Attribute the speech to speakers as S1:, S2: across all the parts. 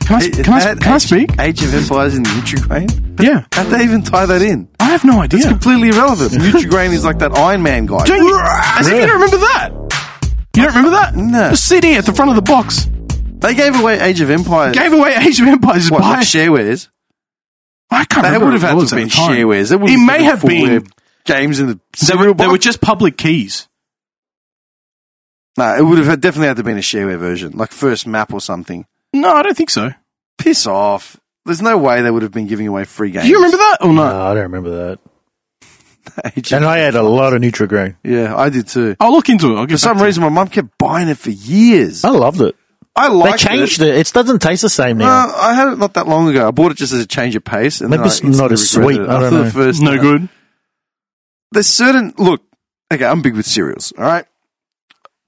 S1: Can I, can I,
S2: That
S1: can I
S2: Age-
S1: speak?
S2: Age of Empires in Nutrigrain?
S1: Yeah.
S2: How'd they even tie that in?
S1: I have no
S2: It's
S1: idea.
S2: completely irrelevant. Nutrigrain is like that Iron Man guy.
S1: Don't you, as if you don't remember that. You don't remember that?
S2: No.
S1: The CD at the front of the box
S2: They gave away Age of Empires.
S1: gave away Age of Empires
S2: what,
S1: by.
S2: like sharewares?
S1: I can't
S2: That
S1: remember.
S2: would have
S1: what it
S2: had to
S1: was
S2: have
S1: at
S2: been
S1: the time.
S2: sharewares. That wouldn't
S1: It may
S2: been
S1: have been.
S2: fullware games in the
S1: They
S2: cereal
S1: were, they
S2: box.
S1: were just public keys.
S2: No, it would have had- definitely had to been a shareware version, like first map or something.
S1: No, I don't think so.
S2: Piss off. There's no way they would have been giving away free games.
S1: Do you remember that or
S3: No,
S1: not?
S3: I don't remember that.
S2: Age of-
S3: And I had a lot of Nutrigrain.
S2: yeah, I did too.
S1: I'll look into it. I'll get
S2: For some
S1: back to you.
S2: reason, my mum kept buying it for years.
S3: I loved it.
S2: I
S3: They
S2: liked
S3: changed it. It doesn't taste the same now.
S2: Uh, I had it not that long ago. I bought it just as a change of pace, and
S3: Maybe
S2: then I
S3: it's not as
S2: instantly regretted
S3: sweet. I
S2: it
S3: don't
S2: after the
S3: know.
S2: first
S1: no
S2: time.
S1: good.
S2: There's certain look. Okay, I'm big with cereals. All right,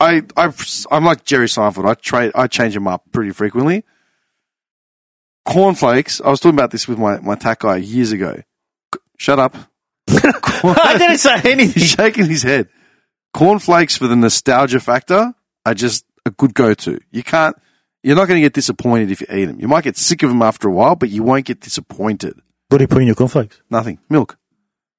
S2: I I I'm like Jerry Seinfeld. I trade I change them up pretty frequently. Cornflakes. I was talking about this with my my tack guy years ago. C- Shut up. Corn-
S3: I didn't say anything.
S2: He's shaking his head. Cornflakes for the nostalgia factor are just a good go-to. You can't. You're not going to get disappointed if you eat them. You might get sick of them after a while, but you won't get disappointed.
S3: What do you put in your cornflakes?
S2: Nothing. Milk.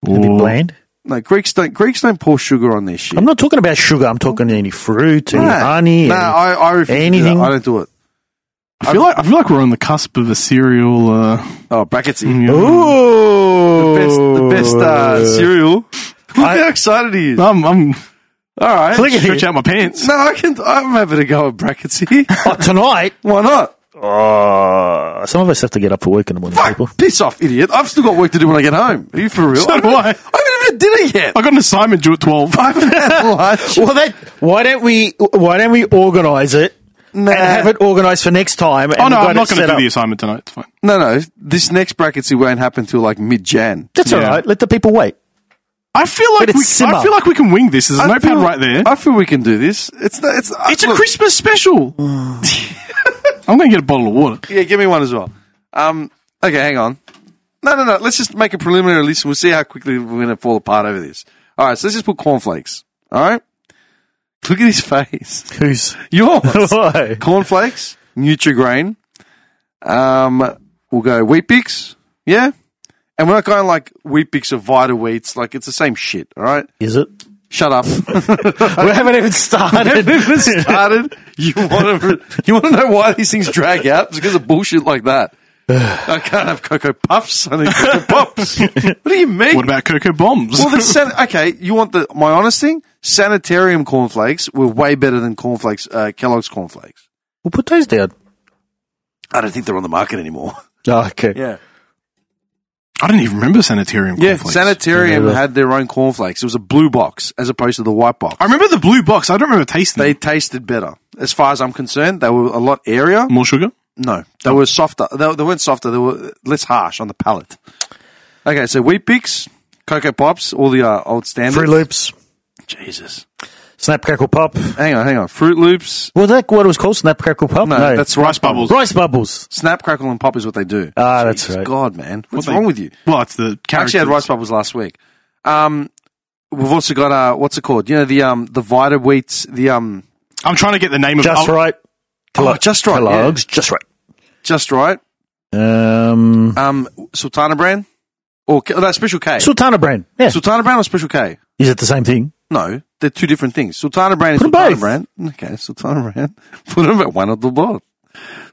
S3: Can it be bland?
S2: No, Greeks don't. Greeks don't pour sugar on their shit.
S3: I'm not talking about sugar. I'm talking any fruit, any
S2: no.
S3: honey.
S2: No,
S3: any-
S2: I, I refuse. Anything.
S3: anything.
S2: I don't do it.
S1: I feel like I feel like we're on the cusp of a cereal. Uh,
S2: Oh, brackets.
S1: you
S2: The
S1: know.
S3: Ooh.
S2: best. The best uh, cereal. Look how excited he is.
S1: I'm, I'm
S2: All right.
S3: Click it.
S1: stretch out my pants.
S2: No, I can. I'm having a go at brackets here.
S3: Oh, tonight.
S2: Why not?
S3: Oh, some of us have to get up for work in the morning, people.
S2: Fuck, piss off, idiot. I've still got work to do when I get home. Are you for real?
S1: So
S2: I haven't-
S1: do I.
S2: I haven't even had dinner yet.
S1: I got an assignment due at twelve.
S2: I haven't had lunch.
S3: Well, that why don't we why don't we organise it
S2: Nah.
S3: and have it organised for next time? And
S1: Oh no,
S3: we've got
S1: I'm not
S3: it
S1: going to
S3: set
S1: do
S3: up.
S1: the assignment tonight. It's fine.
S2: No, no. This next brackets it won't happen till like mid-Jan.
S3: That's
S1: Yeah.
S3: all right. Let the people wait.
S1: I feel like
S3: But it's
S1: we,
S3: simmer.
S1: I feel like we can wing this. There's a
S2: I
S1: notepad
S2: feel-
S1: right there.
S2: I feel we can do this. It's not, it's
S1: it's a
S2: look,
S1: Christmas special. I'm going to get a bottle of water.
S2: Yeah, give me one as well. Um, okay, hang on. No, no, no. Let's just make a preliminary list and we'll see how quickly we're going to fall apart over this. All right, so let's just put cornflakes. All right? Look at his face.
S3: Who's
S2: Yours.
S3: why?
S2: cornflakes, Nutrigrain. Um, we'll go Wheat Bix. Yeah? And we're not going like Wheat Bix or Vita Wheats. Like, it's the same shit, all right?
S3: Is it?
S2: Shut up.
S3: We haven't even started.
S2: started. You want to you want to know why these things drag out? It's because of bullshit like that. I can't have cocoa puffs. I need cocoa pops. What do you mean?
S1: What about cocoa bombs?
S2: well, the san- okay. You want the my honest thing? Sanitarium cornflakes were way better than cornflakes. Uh, Kellogg's cornflakes.
S3: we'll put those down.
S2: I don't think they're on the market anymore.
S3: Oh, okay.
S2: Yeah,
S1: I don't even remember sanitarium.
S2: yeah.
S1: cornflakes.
S2: Sanitarium had their own cornflakes. It was a blue box as opposed to the white box.
S1: I remember the blue box. I don't remember tasting.
S2: They
S1: They-
S2: tasted better, as far as I'm concerned. They were a lot airier.
S1: More sugar.
S2: No, they were softer. They, they weren't softer. They were less harsh on the palate. Okay, so Wheat Bix, Cocoa Pops, all the uh, old standards.
S3: Fruit Loops,
S2: Jesus.
S3: Snap Crackle Pop.
S2: Hang on, hang on. Fruit Loops.
S3: Was that what it was called? Snap Crackle Pop.
S2: No, that's
S1: Rice bubbles.
S3: rice bubbles.
S2: Snap, Crackle, and Pop is what they do.
S3: Ah, that's
S2: Jesus
S3: right.
S2: God, man, what's
S1: What
S2: wrong
S1: they-
S2: with you?
S1: Well, it's the
S2: I actually
S1: characters.
S2: had Rice Bubbles last week. Um, we've also got uh, what's it called? You know the um the Vita Wheats, the um
S1: I'm trying to get the name of
S3: Just
S1: I'll-
S3: right.
S2: Oh, Just Right, yeah.
S3: Oh. Kellogg's. Just right.
S2: just right
S3: Um,
S2: um Sultana brand or K- no Special K.
S3: Sultana brand. Yeah.
S2: Sultana brand or Special K?
S3: Is it the same thing?
S2: No, they're two different things. Sultana brand is
S3: Put 'em
S2: Sultana
S3: both.
S2: brand. Okay, Sultana brand. Put them at one of the both.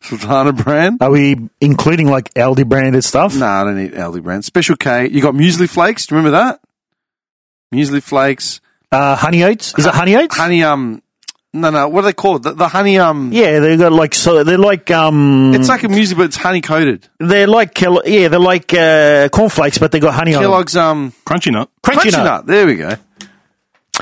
S2: Sultana brand.
S3: Are we including like Aldi branded stuff?
S2: No, I don't eat Aldi brand. Special K. You got muesli flakes. Do you remember that? Muesli flakes.
S3: Uh, honey oats. Is it honey oats?
S2: Honey. Um. No, no. What are they called? The, the honey. Um.
S3: Yeah, they got like so they're like um
S2: It's like a muesli, but it's honey coated.
S3: they're like Kell- yeah they're like uh, cornflakes, but they got honey on them.
S2: Kellogg's. Um.
S1: Crunchy Nut.
S2: Crunchy nut. There we go.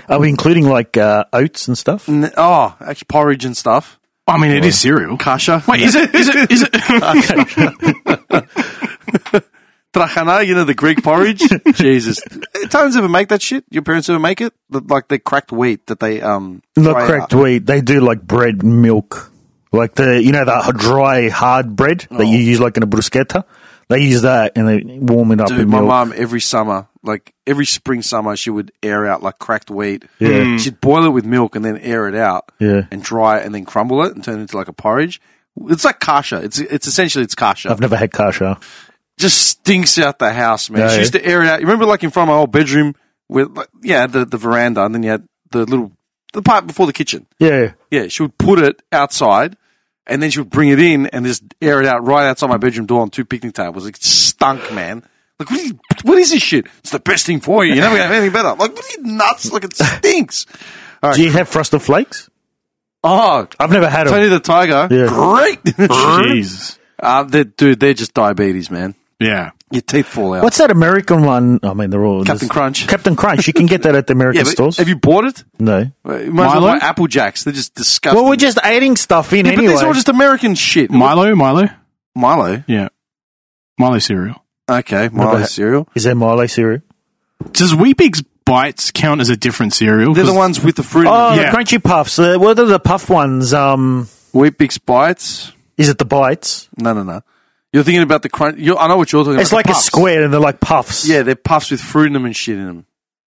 S3: Are we including like uh, oats and stuff?
S2: N- oh, actually porridge and stuff.
S1: I mean, it is cereal.
S2: Kasha.
S1: Wait, is it? Is it? Is it?
S2: Trachana, you know the Greek porridge. Jesus, Italians ever make that shit? Your parents ever make it? The- Like the cracked wheat that they um
S3: Not
S2: fry
S3: correct. Wheat. They do like bread and milk, like the you know the h- dry hard bread that
S2: Oh.
S3: you use like in a bruschetta. They use that and they warm it up
S2: Dude,
S3: in
S2: my
S3: milk.
S2: mom every summer, like every spring summer, she would air out like cracked wheat.
S3: Yeah.
S2: She'd boil it with milk and then air it out
S3: Yeah.
S2: and dry it and then crumble it and turn it into like a porridge. It's like kasha. It's it's essentially it's kasha.
S3: I've never had kasha.
S2: just stinks out the house, man.
S3: Yeah,
S2: she
S3: yeah.
S2: used to air it out. You remember, like in front of my old bedroom, where like, yeah, the the veranda, and then you had the little the part before the kitchen.
S3: Yeah.
S2: Yeah, she would put it outside, and then she would bring it in and just air it out right outside my bedroom door on two picnic tables. It stunk, man. Like what, are you, what is this shit? It's the best thing for you. You're never gonna have anything better. Like what are you nuts? Like it stinks.
S3: Do you have frosted flakes?
S2: Oh,
S3: I've never had
S2: Tony
S3: them.
S2: the Tiger, great.
S1: Jesus.
S2: uh, they're, dude, they're just diabetes, man.
S1: Yeah.
S2: Your teeth fall out.
S3: What's that American one? I mean, they're all
S2: Captain
S3: there's-
S2: Crunch.
S3: Captain Crunch. You can get that at the American
S2: yeah, but
S3: stores.
S2: have you bought it?
S3: no.
S2: Well, You might as well
S1: Milo?
S2: buy Apple Jacks. They're just disgusting.
S3: Well, we're just adding stuff in
S2: yeah, but
S3: anyway.
S2: these are all just American shit.
S1: Milo, Milo.
S2: Milo.
S1: Yeah. Milo cereal.
S2: Okay, Milo
S3: had-
S2: cereal.
S3: Is there Milo cereal?
S1: Does Weebig's bites count as a different cereal?
S2: They're the
S1: 'Cause-
S2: ones with the fruit.
S3: Oh,
S1: Yeah.
S3: the crunchy puffs. Uh, what are the puff ones? Um,
S2: Wheat Bix bites.
S3: is it the bites?
S2: No, no, no. You're thinking about the crunch. You're, I know what you're talking
S3: It's
S2: about.
S3: like
S2: the
S3: a
S2: puffs.
S3: square, and they're like puffs.
S2: Yeah, they're puffs with fruit in them and shit in them.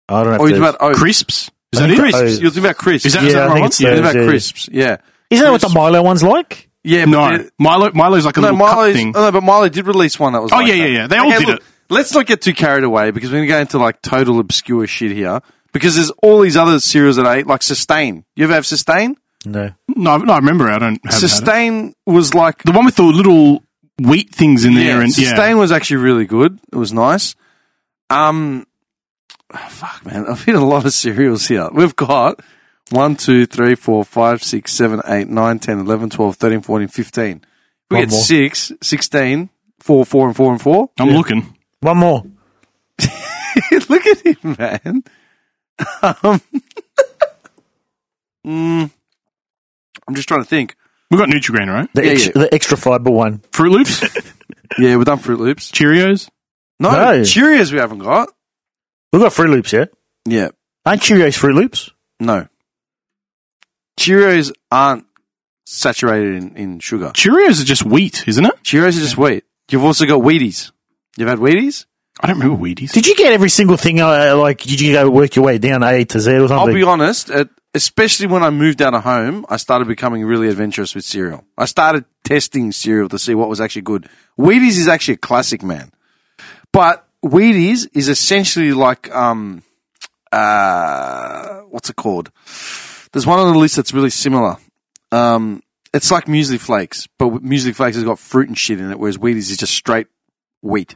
S3: I don't know.
S2: Or
S3: if
S2: you're
S3: there's-
S2: about oats.
S1: crisps. Is that
S3: I
S1: it?
S3: think
S2: crisps.
S3: Oats.
S2: You're talking about crisps.
S1: Is that-
S3: yeah,
S1: is that
S3: I
S1: right?
S3: think it's
S2: You're
S3: those,
S2: talking about
S3: yeah.
S2: crisps. Yeah.
S3: Isn't that what the
S2: crisps.
S3: Milo one's like?
S2: Yeah, but
S1: No,
S2: they're-
S1: Milo. Milo's like a
S2: No,
S1: little cup
S2: Milo's,
S1: thing.
S2: oh, no, but Milo did release one that was.
S1: Oh,
S2: like
S1: yeah, yeah,
S2: that.
S1: yeah. They all did it.
S2: Let's not get too carried away because we're going to go into like total obscure shit here because there's all these other cereals that I ate, like Sustain. You ever have Sustain?
S3: No.
S1: no, I- no, I remember. I don't. Have had it.
S2: Sustain was like
S1: The one with the little wheat things in there,
S2: yeah,
S1: and
S2: Sustain
S1: yeah,
S2: was actually really good. It was nice. Um, oh, fuck, man, I've hit a lot of cereals here. We've got 1, 2, 3, 4, 5, 6, 7, 8, 9, 10, 11, 12, 13, 14, 15. We
S3: One
S2: get
S3: more.
S2: 6, 16, 4, 4, and 4, and 4.
S1: I'm looking.
S3: One more.
S2: Look at him, man. Um, mm, I'm just trying to think.
S1: We've got Nutrigrain, right?
S3: The,
S2: Yeah,
S3: ex-
S2: yeah.
S3: the extra fiber one.
S1: Fruit Loops,
S2: Yeah, we've done Fruit Loops.
S1: Cheerios.
S2: No,
S3: No.
S2: Cheerios we haven't got.
S3: We've got Fruit Loops, yeah?
S2: Yeah,
S3: Aren't Cheerios Fruit Loops?
S2: no. Cheerios aren't saturated in, in sugar.
S1: Cheerios are just wheat, isn't it?
S2: Cheerios are just wheat. You've also got Wheaties. You've had Wheaties?
S1: I don't remember Wheaties.
S3: Did you get every single thing? Uh, like, did you go work your way down A to Z or
S2: I'll
S3: something?
S2: be honest, at, especially when I moved out of home, I started becoming really adventurous with cereal. I started testing cereal to see what was actually good. Wheaties is actually a classic, man. But Wheaties is essentially like, um, uh, what's it called? There's one on the list that's really similar. Um, it's like Muesli Flakes, but Muesli Flakes has got fruit and shit in it, whereas Wheaties is just straight wheat.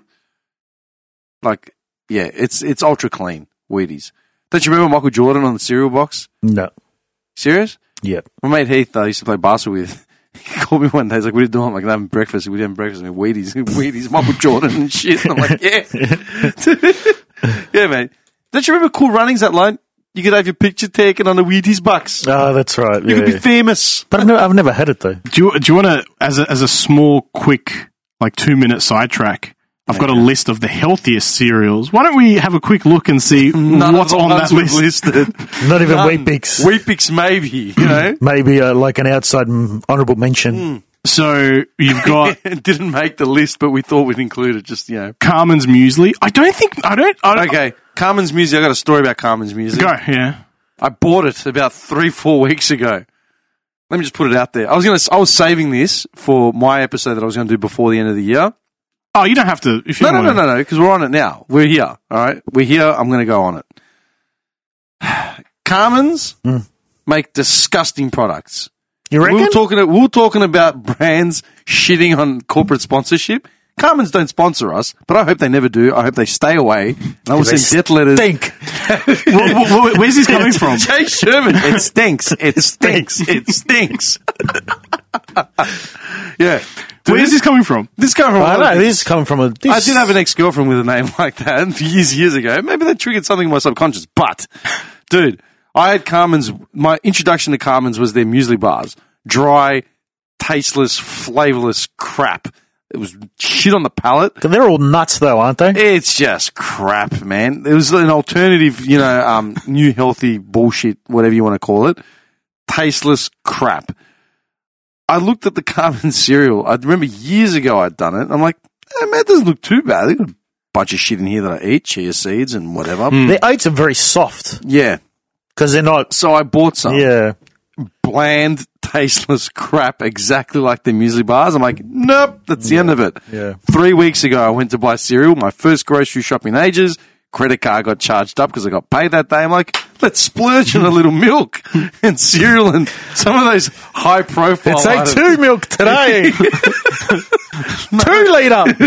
S2: Like, yeah, it's it's ultra clean Wheaties. Don't you remember Michael Jordan on the cereal box?
S3: no.
S2: Serious?
S3: Yeah.
S2: My mate Heath, I used to play basketball with. He called me one day. He's like, "What are you doing?" I'm like, "I'm having breakfast. We having breakfast. And Wheaties, Wheaties, Michael Jordan and shit." And I'm like, "Yeah, yeah, man." Don't you remember Cool Runnings? That line, you could have your picture taken on a Wheaties box.
S3: Oh, that's right.
S2: You
S3: yeah,
S2: could be
S3: yeah.
S2: famous.
S3: But I've never, I've never had it, though.
S1: Do you, do you want to, as a, as a small, quick, like two minute sidetrack? I've got a list of the healthiest cereals. Why don't we have a quick look and see
S2: None
S1: what's
S2: of the
S1: on
S2: ones
S1: that
S2: we've
S1: list?
S2: listed.
S3: Not even
S2: None.
S3: Wheat Bix.
S2: Wheat Bix, maybe. You know,
S3: Maybe uh, like an outside mm, honorable mention.
S2: Hmm.
S1: So you've got
S2: it didn't make the list, but we thought we'd include it. Just you know.
S1: Carmen's Muesli. I don't think I don't. I don't
S2: Okay, Carmen's music. I got a story about Carmen's music.
S1: Go yeah.
S2: I bought it about three, four weeks ago. Let me just put it out there. I was gonna, I was saving this for my episode that I was gonna do before the end of the year.
S1: Oh, you don't have to. If you
S2: No, no,
S1: want
S2: no, no, no, because we're on it now. We're here. All right, we're here. I'm gonna go on it. Carmen's make disgusting products.
S3: You Hmm. reckon?
S2: We were talking. We were talking about brands shitting on corporate sponsorship. Carmen's don't sponsor us, but I hope they never do. I hope they stay away. And I will
S3: They
S2: send death letters.
S3: Think.
S1: Wh- wh- wh- where's this coming from?
S2: Jay Sherman. It stinks. It stinks. It stinks. yeah. Dude,
S1: Where's
S2: this,
S1: this coming from?
S2: this guy from
S3: I don't know. This is coming from a. This,
S2: I did have an ex girlfriend with a name like that years, years ago. Maybe that triggered something in my subconscious. But, dude, I had Carmen's. My introduction to Carmen's was their muesli bars. Dry, tasteless, flavorless crap. It was shit on the palate.
S3: They're all nuts, though, aren't they?
S2: It's just crap, man. It was an alternative, you know, um, new healthy bullshit, whatever you want to call it. Tasteless crap. I looked at the Carmen cereal. I remember years ago I'd done it. I'm like, eh, man, it doesn't look too bad. They got a bunch of shit in here that I eat, chia seeds and
S3: Hmm.
S2: whatever.
S3: Their oats are very soft
S2: Yeah.
S3: because they're not.
S2: So I bought some.
S3: Yeah.
S2: bland, tasteless crap, exactly like the muesli bars. I'm like, nope, that's the end of it.
S3: Yeah.
S2: Three weeks ago, I went to buy cereal, my first grocery shop in ages. Credit card got charged up because I got paid that day. I'm like, let's splurge on a little milk and cereal and some of those high profile.
S3: Say
S2: items.
S3: two milk today. two liter.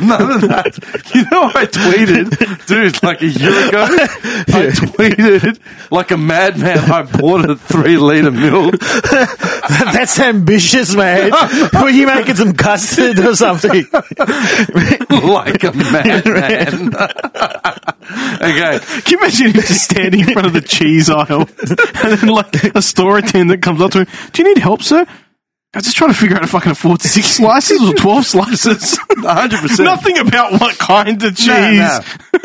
S2: None of that. You know, I tweeted, dude, like a year ago. I tweeted like a madman. I bought a three liter milk.
S3: That's ambitious, man. Were you making some custard or something?
S2: like a madman. okay.
S1: Can you imagine him just standing in front of the cheese aisle and then like a store attendant comes up to him? Do you need help, sir? I'm just trying to figure out if I can afford six slices or twelve slices.
S2: 100%.
S1: Nothing about what kind of cheese.
S2: No, no.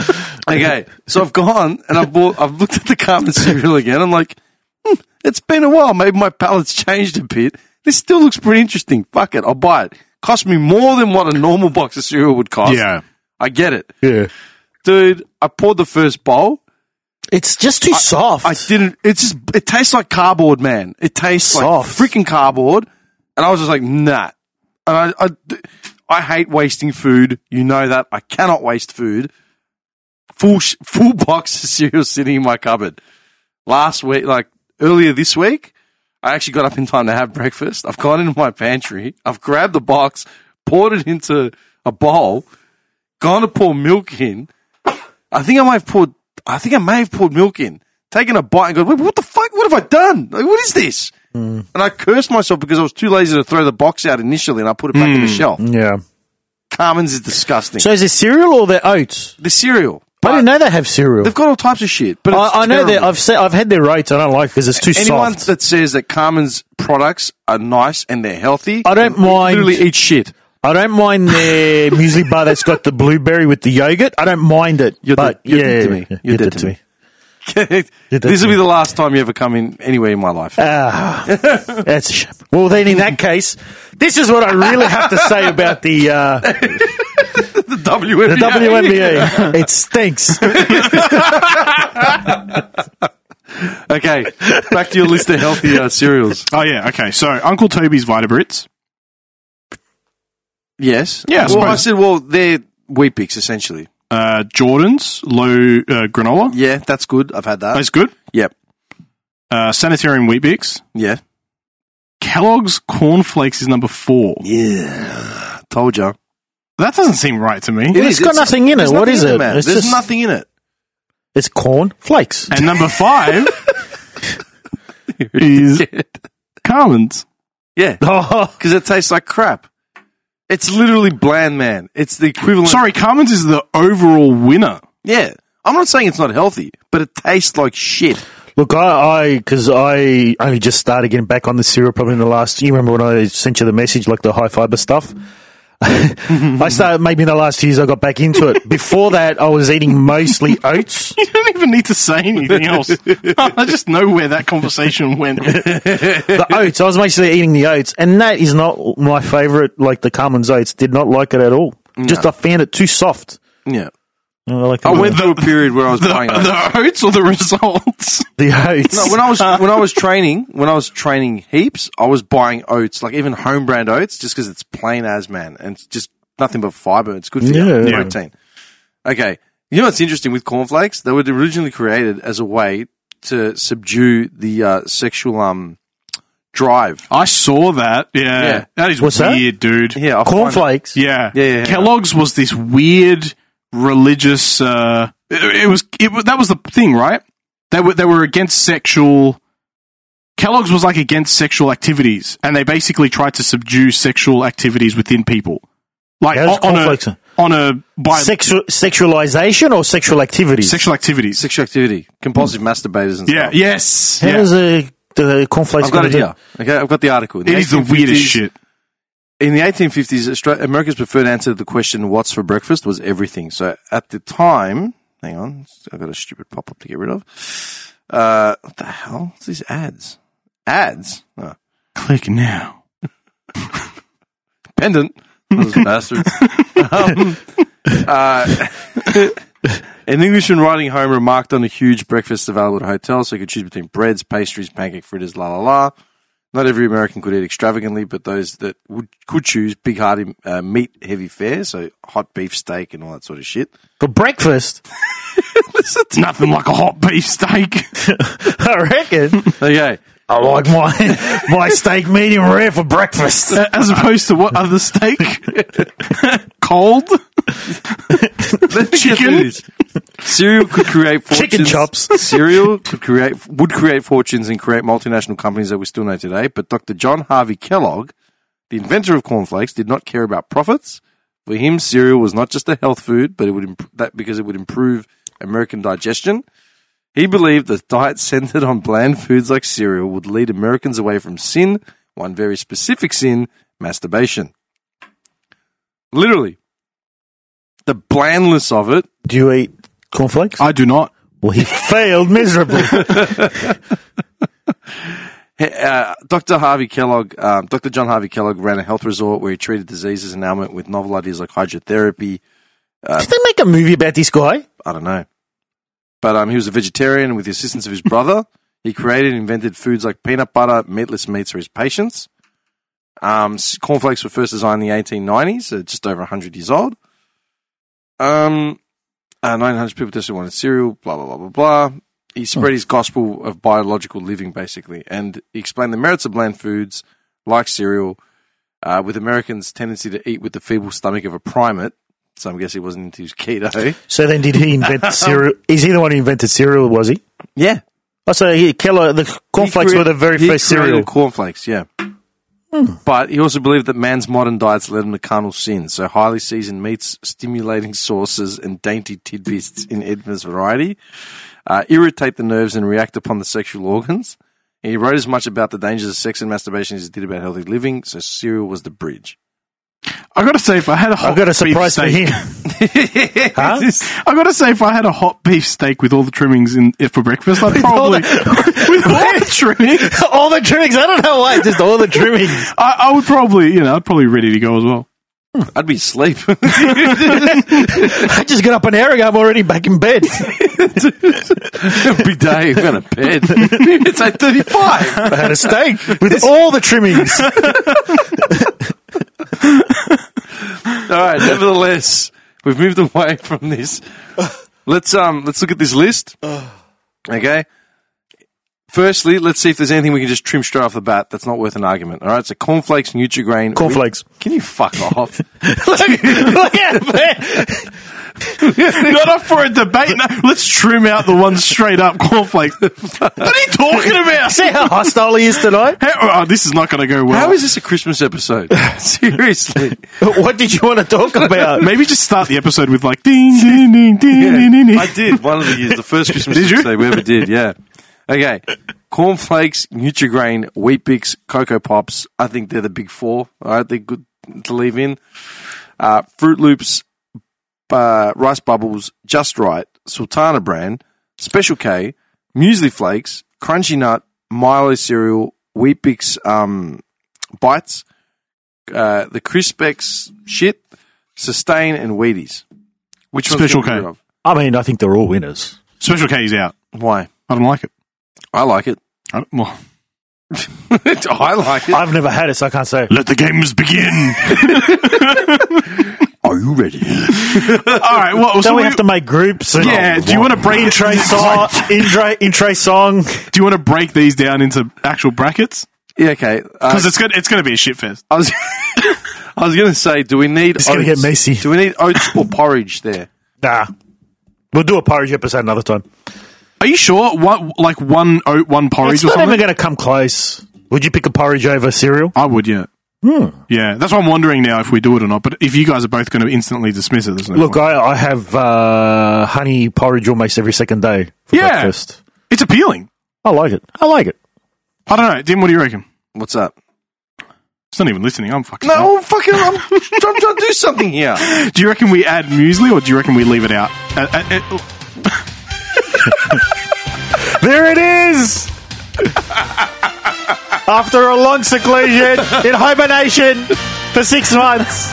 S2: okay. So I've gone and I've bought, I've looked at the carton cereal again. I'm like, hmm, it's been a while. Maybe my palate's changed a bit. This still looks pretty interesting. Fuck it. I'll buy it. Cost me more than what a normal box of cereal would cost.
S1: Yeah.
S2: I get it.
S3: Yeah.
S2: Dude, I poured the first bowl.
S3: It's just too soft.
S2: I didn't. It's just. It tastes like cardboard, man. It tastes
S3: Soft.
S2: like freaking cardboard. And I was just like, nah. And I, I, I hate wasting food. You know that. I cannot waste food. Full, sh- full box of cereal sitting in my cupboard. Last week, like earlier this week, I actually got up in time to have breakfast. I've gone into my pantry. I've grabbed the box, poured it into a bowl, gone to pour milk in. I think I might have poured. I think I may have poured milk in, taken a bite, and go, "What the fuck? What have I done? Like, what is this?" And I cursed myself because I was too lazy to throw the box out initially, and I put it back in the shelf.
S3: yeah.
S2: Carmen's is disgusting.
S3: So is it cereal or their oats?
S2: the cereal,
S3: I
S2: but
S3: didn't know they have cereal.
S2: they've got all types of shit. But
S3: I,
S2: it's
S3: I know that
S2: terrible.
S3: I've said I've had their oats. I don't like because it's too
S2: anyone
S3: soft.
S2: that says that Carmen's products are nice and they're healthy,
S3: I don't
S2: can
S3: mind-
S2: Literally eat shit.
S3: I don't mind their muesli bar that's got the blueberry with the yogurt. I don't mind it.
S2: You're
S3: but
S2: dead- you're
S3: yeah,
S2: dead to me.
S3: yeah,
S2: You're
S3: you're
S2: dead to me. this will
S3: that's
S2: be the last time you ever come in anywhere in my life.
S3: Ah, that's a shame. Well, then in that case, this is what I really have to say about the uh,
S2: the WNBA.
S3: the WNBA. it stinks.
S2: Okay, back to your list of healthy uh, cereals.
S1: Oh yeah, okay. So Uncle Toby's Vitabrits.
S2: Yes.
S1: Yeah, I
S2: Well, I
S1: suppose.
S2: said, well, they're wheat picks essentially.
S1: Uh, Jordan's low uh, granola.
S2: Yeah, that's good. I've had that.
S1: That's good.
S2: yep.
S1: Uh, Sanitarium Wheat Bix.
S2: Yeah.
S1: Kellogg's Corn Flakes is number four.
S2: Yeah. Told you.
S1: That doesn't seem right to me.
S3: it's got nothing in it. What is it? It's
S2: There's
S3: just-
S2: nothing in it.
S3: It's corn flakes.
S1: And number five is Carmen's.
S2: Yeah.
S3: Oh,
S2: Because it tastes like crap. It's literally bland, man. It's the equivalent.
S1: Sorry, Carmen's is the overall winner.
S2: Yeah. I'm not saying it's not healthy, but it tastes like shit.
S3: look, I because I, only just started getting back on the cereal probably in the last. You remember when I sent you the message like the high fiber stuff? I started maybe in the last few years I got back into it. Before that, I was eating mostly oats.
S1: You don't even need to say anything else. I just know where that conversation went.
S3: the oats. I was basically eating the oats, and that is not my favorite. Like the Carmen's oats, did not like it at all. Just I found it too soft.
S2: Yeah.
S3: I like
S2: I
S3: the-
S2: went through a period where I was
S1: The,
S2: buying oats.
S1: the oats or the results?
S3: the oats.
S2: No, when I was when I was training, when I was training heaps, I was buying oats, like even home brand oats, just because it's plain as man and it's just nothing but fiber. It's good for
S3: Yeah.
S2: you,
S3: Yeah.
S2: protein. Okay, you know what's interesting with cornflakes? They were originally created as a way to subdue the uh, sexual um drive.
S1: I saw that. Yeah.
S2: Yeah.
S1: That is
S3: What's that?
S1: weird, dude. Yeah.
S2: Yeah, I find it-
S3: cornflakes.
S2: Yeah, yeah, yeah.
S1: Kellogg's was this weird religious. Uh, it, it was it, wa- that was the thing, right? They were they were against sexual. Kellogg's was like against sexual activities, and they basically tried to subdue sexual activities within people, like
S3: Yeah,
S1: on,
S3: it's
S1: on
S3: cornflakes.
S1: a on a by
S3: Sexual sexualization or sexual activities.
S1: sexual activities.
S2: sexual activity, compulsive masturbators, and
S1: Yeah.
S2: stuff.
S1: Yes.
S3: How
S1: yeah.
S3: does the the cornflakes
S2: I've got
S3: gonna
S2: it
S3: do-
S2: here. Okay, I've got the article.
S1: It is the weirdest
S2: 1850s
S1: shit.
S2: in the 1850s, Austra- America's preferred answer to the question "What's for breakfast?" was everything. So at the time, hang on, I've got a stupid pop up to get rid of. Uh, what the hell? What's these ads? Ads? Oh,
S1: Click now.
S2: pendant. Those bastards. um, uh, An Englishman riding home remarked on the huge breakfast available at hotels, so he could choose between breads, pastries, pancake fritters, la la la. Not every American could eat extravagantly, but those that would, could choose big, hearty, uh, meat heavy fare, so hot beef steak and all that sort of shit.
S3: For breakfast,
S1: Nothing like a hot beef steak.
S3: I reckon.
S2: Okay.
S3: I like my my steak medium rare for breakfast.
S1: As opposed to what other steak? Cold?
S2: Let's get
S1: Chicken?
S2: through this. Cereal could create fortunes.
S3: Chicken chops.
S2: Cereal could create would create fortunes and create multinational companies that we still know today. But Dr. John Harvey Kellogg, the inventor of cornflakes, did not care about profits. For him, cereal was not just a health food, but it would imp- that because it would improve American digestion. He believed the diet centered on bland foods like cereal would lead Americans away from sin, one very specific sin, masturbation. Literally, the blandness of it
S3: Do you eat cornflakes?
S1: I do not.
S3: Well, he failed miserably.
S2: uh, Dr. Harvey Kellogg, um, Dr. John Harvey Kellogg ran a health resort where he treated diseases and ailment with novel ideas like hydrotherapy.
S3: Did they make a movie about this guy?
S2: I don't know. But um, he was a vegetarian, and with the assistance of his brother, he created and invented foods like peanut butter, meatless meats for his patients. Um, s- cornflakes were first designed in the 1890s, so just over 100 years old. Um, uh, 900 people tested wanted cereal, blah, blah, blah, blah, blah. He spread his gospel of biological living, basically, and he explained the merits of bland foods like cereal, uh, with Americans' tendency to eat with the feeble stomach of a primate. So I'm guessing he wasn't into his keto.
S3: So then, did he invent cereal? Is he the one who invented cereal? Was he?
S2: Yeah.
S3: Oh, so he, Kellogg, the cornflakes
S2: He
S3: were
S2: crea-
S3: the very
S2: he
S3: first
S2: created
S3: cereal.
S2: Cornflakes, yeah. But he also believed that man's modern diets led him to carnal sin. So highly seasoned meats, stimulating sauces, and dainty tidbits in endless variety uh, irritate the nerves and react upon the sexual organs. And he wrote as much about the dangers of sex and masturbation as he did about healthy living. So cereal was the bridge.
S1: I gotta say, if I had a hot
S3: I've got a
S1: beef
S3: surprise for
S1: steak-
S3: him.
S2: Huh?
S1: I gotta say, if I had a hot beef steak with all the trimmings in if for breakfast, I'd probably with all the trimmings,
S3: all the trimmings. I don't know why. Just all the trimmings.
S1: I, I would probably, you know, I'd probably ready to go as well.
S2: I'd be asleep.
S3: I just got up an hour ago. I'm already back in bed.
S2: Every day I'm going to bed. it's 8.35.
S3: I had a steak with all the trimmings.
S2: All right. Nevertheless, we've moved away from this. Let's um let's look at this list. Okay. Firstly, let's see if there's anything we can just trim straight off the bat that's not worth an argument. All right. So cornflakes, Nutrigrain,
S3: Cornflakes.
S2: Can you fuck off?
S3: Look at man.
S1: Not up for a debate. No, let's trim out the one straight up cornflakes. What are you talking about?
S3: See how hostile he is tonight.
S1: How- oh, this is not going to go well.
S2: How is this a Christmas episode? Seriously.
S3: What did you want to talk
S1: Uh,
S3: about?
S1: Maybe just start the episode with like ding ding ding ding ding ding. ding.
S2: I did one of the years, the first Christmas
S1: Did you?
S2: episode we ever did. Yeah. Okay. Cornflakes, Nutrigrain, Wheat Bix, Cocoa Pops. I think they're the big four. All right, they're good to leave in. Uh, Fruit Loops, uh, Rice Bubbles, Just Right, Sultana Brand, Special K, Muesli Flakes, Crunchy Nut, Milo Cereal, Wheat Bix um, Bites, uh, the Crispex shit, Sustain, and Wheaties. Which one's
S1: Special K.
S2: gonna be good?
S3: I mean, I think they're all winners.
S1: Special K is out.
S2: Why?
S1: I don't like it.
S2: I like it.
S1: I don't, well,
S2: I like
S3: I've never had it, so I can't say.
S1: let the games begin.
S2: Are you ready?
S1: all right. Well, so
S3: Don't we
S1: we-
S3: have to make groups? And Oh,
S1: Yeah. Do you want to break
S3: intro song? intro, intro song.
S1: Do you want to break these down into actual brackets?
S2: Yeah, okay. Uh,
S1: Because it's gonna it's gonna be a shit fest.
S2: I was, I was going to say, do we need
S3: It's gonna
S2: oats?
S3: get messy.
S2: Do we need oats or porridge there?
S3: Nah, we'll do a porridge episode another time.
S1: Are you sure? What like one oat, one porridge
S3: It's
S1: or
S3: not
S1: something?
S3: even going to come close. Would you pick a porridge over cereal?
S1: I would, yeah. Yeah, that's why I'm wondering now if we do it or not. But if you guys are both going to instantly dismiss it, there's no
S3: Look,
S1: point.
S3: I, I have uh, honey porridge almost every second day for
S1: Yeah.
S3: breakfast.
S1: it's appealing.
S3: I like it. I like it.
S1: I don't know, Dim. What do you reckon?
S2: What's up?
S1: It's not even listening. I'm fucking. up.
S2: No, I'm fucking, I'm, I'm trying to do something here.
S1: Do you reckon we add muesli or do you reckon we leave it out? Uh, uh, uh,
S3: There it is. After a long seclusion in hibernation for six months.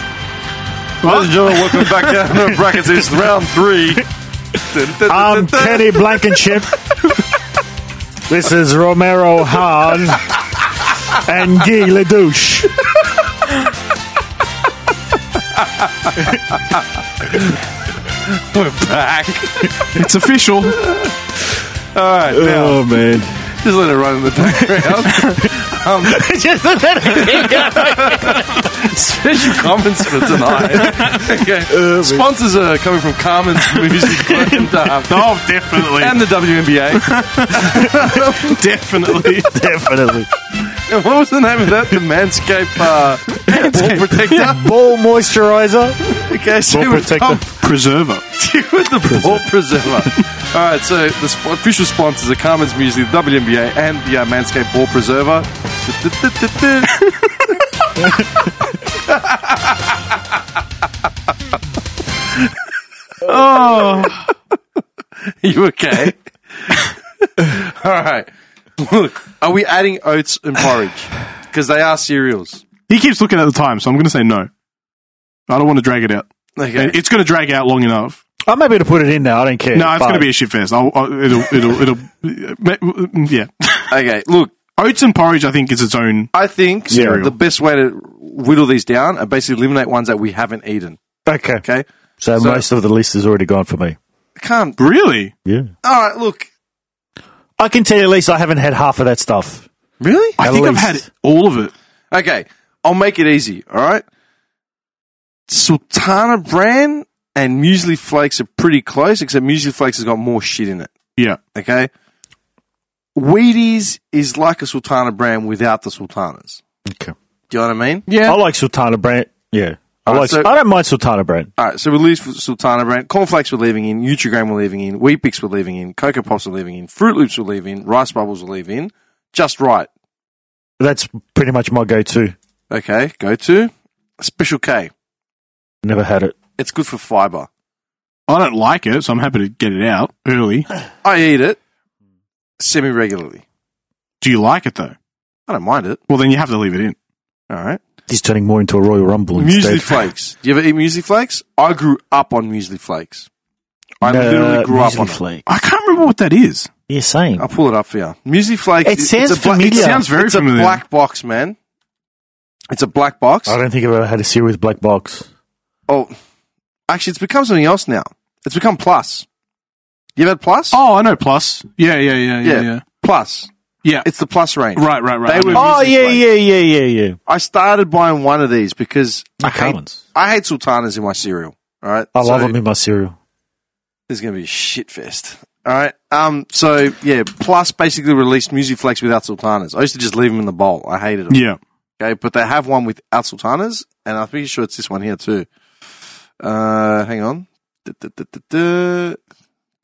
S2: Ladies and gentlemen, welcome back down to Brackets. It's round three.
S3: I'm Kenny Blankenship. this is Romero Hahn and Guy LaDouche.
S2: We're back.
S1: It's official.
S2: All right, now
S3: Oh, man.
S2: just let it run in the background.
S3: Just let it
S2: Special comments for tonight. okay. Sponsors are coming from Carmen's Music and, uh,
S1: Oh, definitely.
S2: and the WNBA.
S1: definitely.
S3: Definitely.
S2: what was the name of that? The Manscaped uh, Ball Protector.
S3: Ball moisturizer.
S2: Okay, so
S3: Ball
S2: we've
S3: protector.
S2: come
S1: Preserver.
S2: to the ball preserver. All right, so the sp- official sponsors are Carmen's Music, the WNBA, and the uh, Manscaped Ball Preserver. oh, you okay? All right. Look, are we adding oats and porridge? Because they are cereals.
S1: He keeps looking at the time, so I'm going to say no. I don't want to drag it out.
S2: Okay.
S1: It's going to drag out long enough.
S3: I'm happy to put it in now. I don't care.
S1: No, it's
S3: But
S1: going to be a shit fest. I'll, I'll, it'll, it'll, it'll, it'll, yeah.
S2: Okay. Look,
S1: Oats and porridge, I think, is its own.
S2: I think
S3: Cereal.
S2: the best way to whittle these down are basically eliminate ones that we haven't eaten.
S3: Okay.
S2: Okay,
S3: So,
S2: So-
S3: most of the list is already gone for me.
S2: can't.
S1: Really?
S3: Yeah.
S2: All right, look.
S3: I can tell you at least I haven't had half of that stuff.
S2: Really?
S1: I
S3: At
S1: think
S3: least.
S1: I've had all of it.
S2: Okay, I'll make it easy. All right. Sultana bran and muesli flakes are pretty close, except muesli flakes has got more shit in it.
S1: Yeah.
S2: Okay. Wheaties is like a Sultana bran without the Sultanas.
S3: Okay.
S2: Do you know what I mean?
S1: Yeah.
S3: I like Sultana brand. Yeah. I
S2: Alright,
S3: like.
S2: so-
S3: I don't mind Sultana brand.
S2: All right, so we'll leave Sultana brand. Cornflakes we're leaving in. Nutrigrain we're leaving in. Wheat Bix we're leaving in. Cocoa Pops we're leaving in. Fruit Loops we're leaving in. Rice Bubbles we're leaving in. Just right.
S3: That's pretty much my go-to.
S2: Okay, go to Special K.
S3: Never had it.
S2: It's good for fiber.
S1: I don't like it, so I'm happy to get it out early.
S2: I eat it semi regularly.
S1: Do you like it, though?
S2: I don't mind it.
S1: Well, then you have to leave it in.
S2: All right.
S3: He's turning more into a Royal Rumble
S2: Muesli
S3: instead.
S2: flakes. Do you ever eat muesli flakes? I grew up on muesli flakes. I
S3: No,
S2: literally grew
S3: muesli
S2: up on it. Oh.
S3: flake.
S1: I can't remember what that is.
S3: You're saying
S2: I'll pull it up for you. Muesli flakes.
S3: It
S2: it's
S3: sounds
S2: a bla-
S3: familiar.
S2: It sounds very
S1: It's a
S2: familiar. black box, man. It's a black box.
S3: I don't think I've ever had a cereal with black box.
S2: Oh, actually, it's become something else now. It's become plus. You've had plus?
S1: Oh, I know. Plus. Yeah, yeah, yeah, yeah, yeah.
S2: Plus.
S1: Yeah.
S2: It's the plus range.
S1: right, right, right.
S2: They
S1: I
S2: were-
S1: know.
S2: Oh,
S3: Oh
S2: yeah,
S3: yeah, yeah, yeah, yeah, yeah.
S2: I started buying one of these because I hate,
S3: Carmen's.
S2: I hate sultanas in my cereal. All right,
S3: I love
S2: So
S3: them in my cereal.
S2: It's going to be a shit fest. All right. Um. So yeah, plus basically released music flakes without sultanas. I used to just leave them in the bowl. I hated them.
S1: yeah.
S2: Okay, but they have one without sultanas, and I'm pretty sure it's this one here too. Uh, hang on. Du-du-du-du-du.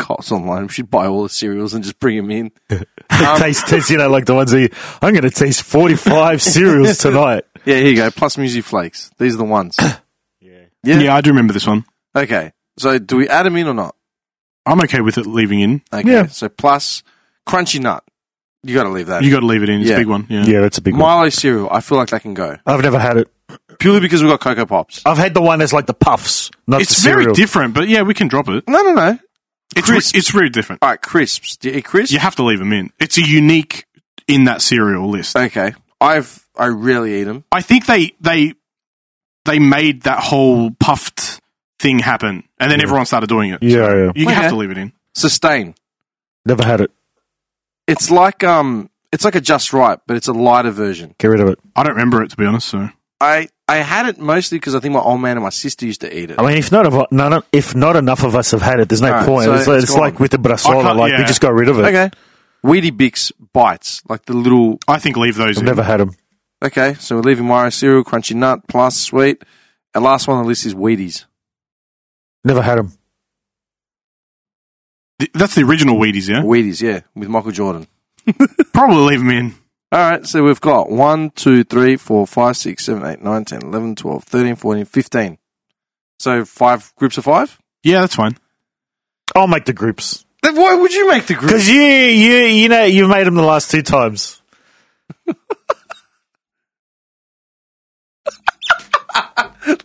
S2: Cops online. We should buy all the cereals and just bring them in. Um,
S3: taste test, you know, like the ones that you, I'm going to taste 45 cereals tonight.
S2: Yeah, here you go. Plus music flakes. These are the ones.
S1: yeah.
S2: Yeah.
S1: I do remember this one.
S2: Okay. So do we add them in or not?
S1: I'm okay with it leaving in.
S2: Okay.
S3: Yeah.
S2: So plus crunchy nut. You got to leave that.
S1: You got to leave it in. It's
S2: Yeah.
S1: a big one. Yeah.
S3: Yeah, that's a big one.
S2: Milo cereal. I feel like that can go
S3: I've never had it.
S2: purely because we've got cocoa pops.
S3: I've had the one that's like the puffs, not
S1: It's
S3: the
S1: very
S3: cereal.
S1: different, but yeah, we can drop it.
S2: No, no, no.
S1: It's
S2: Crisps.
S1: re- it's really different.
S2: All right, crisps. Do you eat crisps?
S1: You have to leave them in. It's a unique in that cereal list.
S2: Okay. I've I rarely eat them.
S1: I think they they they made that whole puffed thing happen, and then everyone started doing it.
S3: yeah, yeah.
S1: You
S2: Okay.
S1: have to leave it in.
S2: Sustain.
S3: Never had it.
S2: It's like um, it's like a just right, but it's a lighter version.
S3: Get rid of it.
S1: I don't remember it to be honest. So
S2: I I had it mostly because I think my old man and my sister used to eat it.
S3: I mean, if not, of, none of- if not enough of us have had it, there's no
S2: Alright,
S3: point.
S2: so
S3: it's like-
S2: it's
S3: it's
S2: gone.
S3: like with the
S1: I
S3: brasola,
S1: can't-
S3: like we
S1: yeah.
S3: just got rid of it.
S2: Okay. Weedy Bix bites, like the little.
S1: I think leave those
S3: I've
S1: in.
S3: never had them.
S2: Okay, so we're leaving Mario cereal, crunchy nut, plus sweet. And last one on the list is Wheaties.
S3: Never had them.
S1: Th- That's the original Wheaties, yeah.
S2: Wheaties, yeah, with Michael Jordan.
S1: Probably leave them in.
S2: All right, so we've got 1, 2, 3, 4, 5, 6, 7, 8, 9, 10, 11, 12, 13, 14, 15. So five groups of five?
S1: Yeah, that's fine.
S3: I'll make the groups
S2: Then why would you make the group?
S3: because you, you, you know, you've made them the last two times.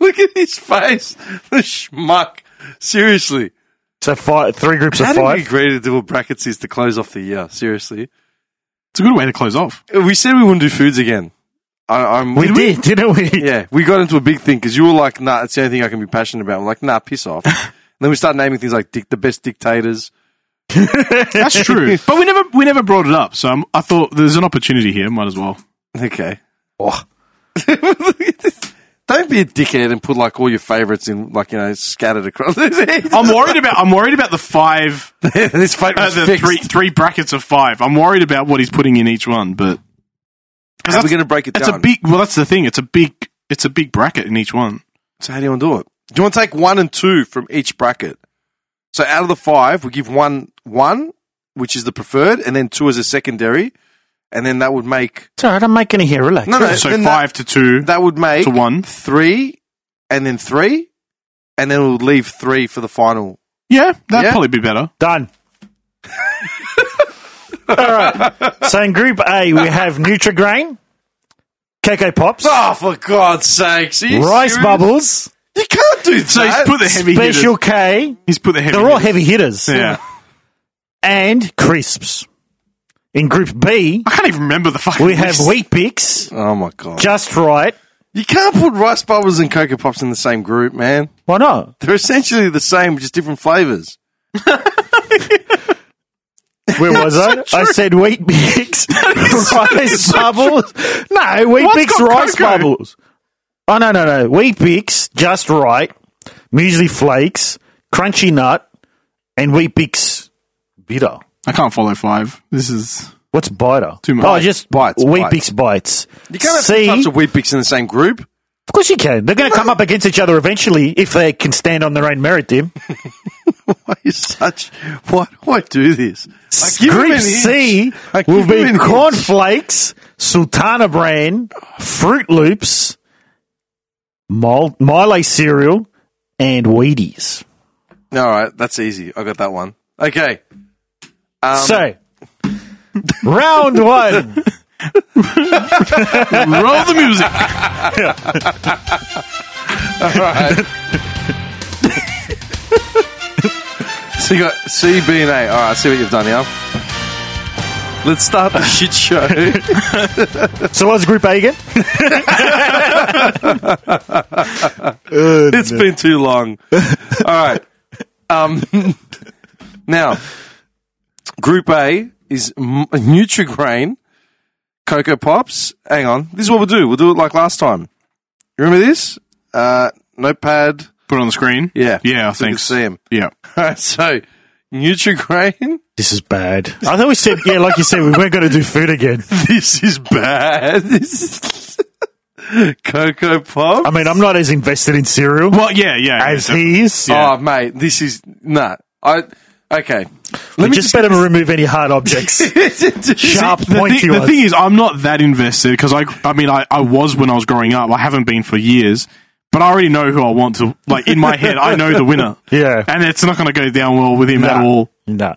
S2: Look at his face. The schmuck. Seriously.
S3: So five, three groups
S2: How
S3: of
S2: did
S3: five.
S2: we agree to do brackets is to close off the year? Seriously,
S1: It's a good way to close off.
S2: we said we wouldn't do foods again. I, I'm,
S3: We did, didn't we?
S2: Yeah, we got into a big thing because you were like, "Nah, it's the only thing I can be passionate about." I'm like, "Nah, piss off." and then we start naming things like dic- "the best dictators."
S1: That's true. but we never we never brought it up. So I'm, I thought there's an opportunity here. Might as well.
S2: Okay. Don't be a dickhead and put like all your favorites in, like you know, scattered across. this
S1: I'm worried about I'm worried about the five,
S2: fight
S1: uh,
S2: was
S1: the
S2: fixed.
S1: three three brackets of five. I'm worried about what he's putting in each one. But 'cause
S2: How are we
S1: that's,
S2: going to break it
S1: that's
S2: down?
S1: a big. Well, that's the thing. It's a big. It's a big bracket in each one.
S2: so how do you want to do it? Do you want to take one and two from each bracket? So out of the five, we give one one, which is the preferred, and then two as a secondary, and then that would make
S3: It's all right, I'm making it here. Relax.
S2: No, no.
S1: So
S2: then
S1: five to two
S2: that would make
S1: to one.
S2: three, and then three, and then we'll leave three for the final.
S1: Yeah, that'd
S2: Yeah.
S1: probably be better.
S3: Done. all right. So in Group A, we have Nutrigrain, Keke Pops,
S2: Oh, for God's sakes! Are you
S3: Rice
S2: serious?
S3: Bubbles,
S2: You can't do that.
S1: So he's put the heavy
S3: Special
S1: hitters.
S3: K.
S1: He's put the heavy.
S3: They're all
S1: hitters.
S3: heavy hitters.
S1: Yeah.
S3: And crisps. In Group B,
S1: I can't even remember the fucking.
S3: we have
S1: list.
S3: Wheat Bix,
S2: oh my God!
S3: Just Right.
S2: You can't put rice bubbles and cocoa pops in the same group, man.
S3: Why not?
S2: They're essentially the same, just different flavors.
S3: Where was I? I said wheat bix, rice bubbles. No, wheat
S1: What's
S3: bix,
S1: got
S3: rice
S1: cocoa?
S3: bubbles. Oh no, no, no! Wheat bix, just right. Muesli flakes, crunchy nut, and wheat bix bitter.
S1: I can't follow five. This is
S3: What's biter?
S1: Too much.
S3: Oh, just
S2: Bites,
S3: bites. Wheat
S2: bites.
S3: bix bites.
S2: You can't have
S3: See,
S2: two types
S3: of-,
S2: of wheat picks in the same group.
S3: course you can. They're going to come up against each other eventually if they can stand on their own merit. Tim.
S2: Why are you such? Why do I do this? I give him
S3: Group
S2: an
S3: C
S2: inch. I give
S3: will
S2: him an
S3: be
S2: inch.
S3: cornflakes, sultana bran, Fruit Loops, Mil- Milo cereal, and Wheaties.
S2: All right, that's easy. I got that one. Okay. Um,
S3: so, round
S1: roll
S3: one.
S1: the music.
S2: So you got C, B, and A. All right, I see what you've done here. Let's start the shit show.
S3: So, what's Group A again?
S2: it's been too long. All right. Um, now, Group A is M- Nutrigrain, Cocoa Pops. Hang on. This is what we'll do. We'll do it like last time. You remember this? Uh, notepad.
S1: Put it on the screen.
S2: Yeah.
S1: Yeah.
S2: So you can
S1: Thanks.
S2: see 'em.
S1: Yeah.
S2: All right. So, Nutrigrain.
S3: This is bad. I thought we said, yeah, like you said, we weren't going to do food again.
S2: This is bad. This is- Cocoa Pops.
S3: I mean, I'm not as invested in cereal
S1: Well, yeah, yeah. yeah,
S3: as
S1: so-
S3: he is.
S1: Yeah.
S2: Oh, mate, this is nah. I okay. Let
S3: We just better remove any hard objects. Sharp,
S1: the,
S3: pointy
S1: thi- the
S3: ones.
S1: thing is, I'm not that invested because I, I mean, I, I was when I was growing up. I haven't been for years, but I already know who I want to. Like in my head, I know the winner.
S3: Yeah.
S1: and it's not going to go down well with him at
S3: Nah.
S1: all.
S3: No.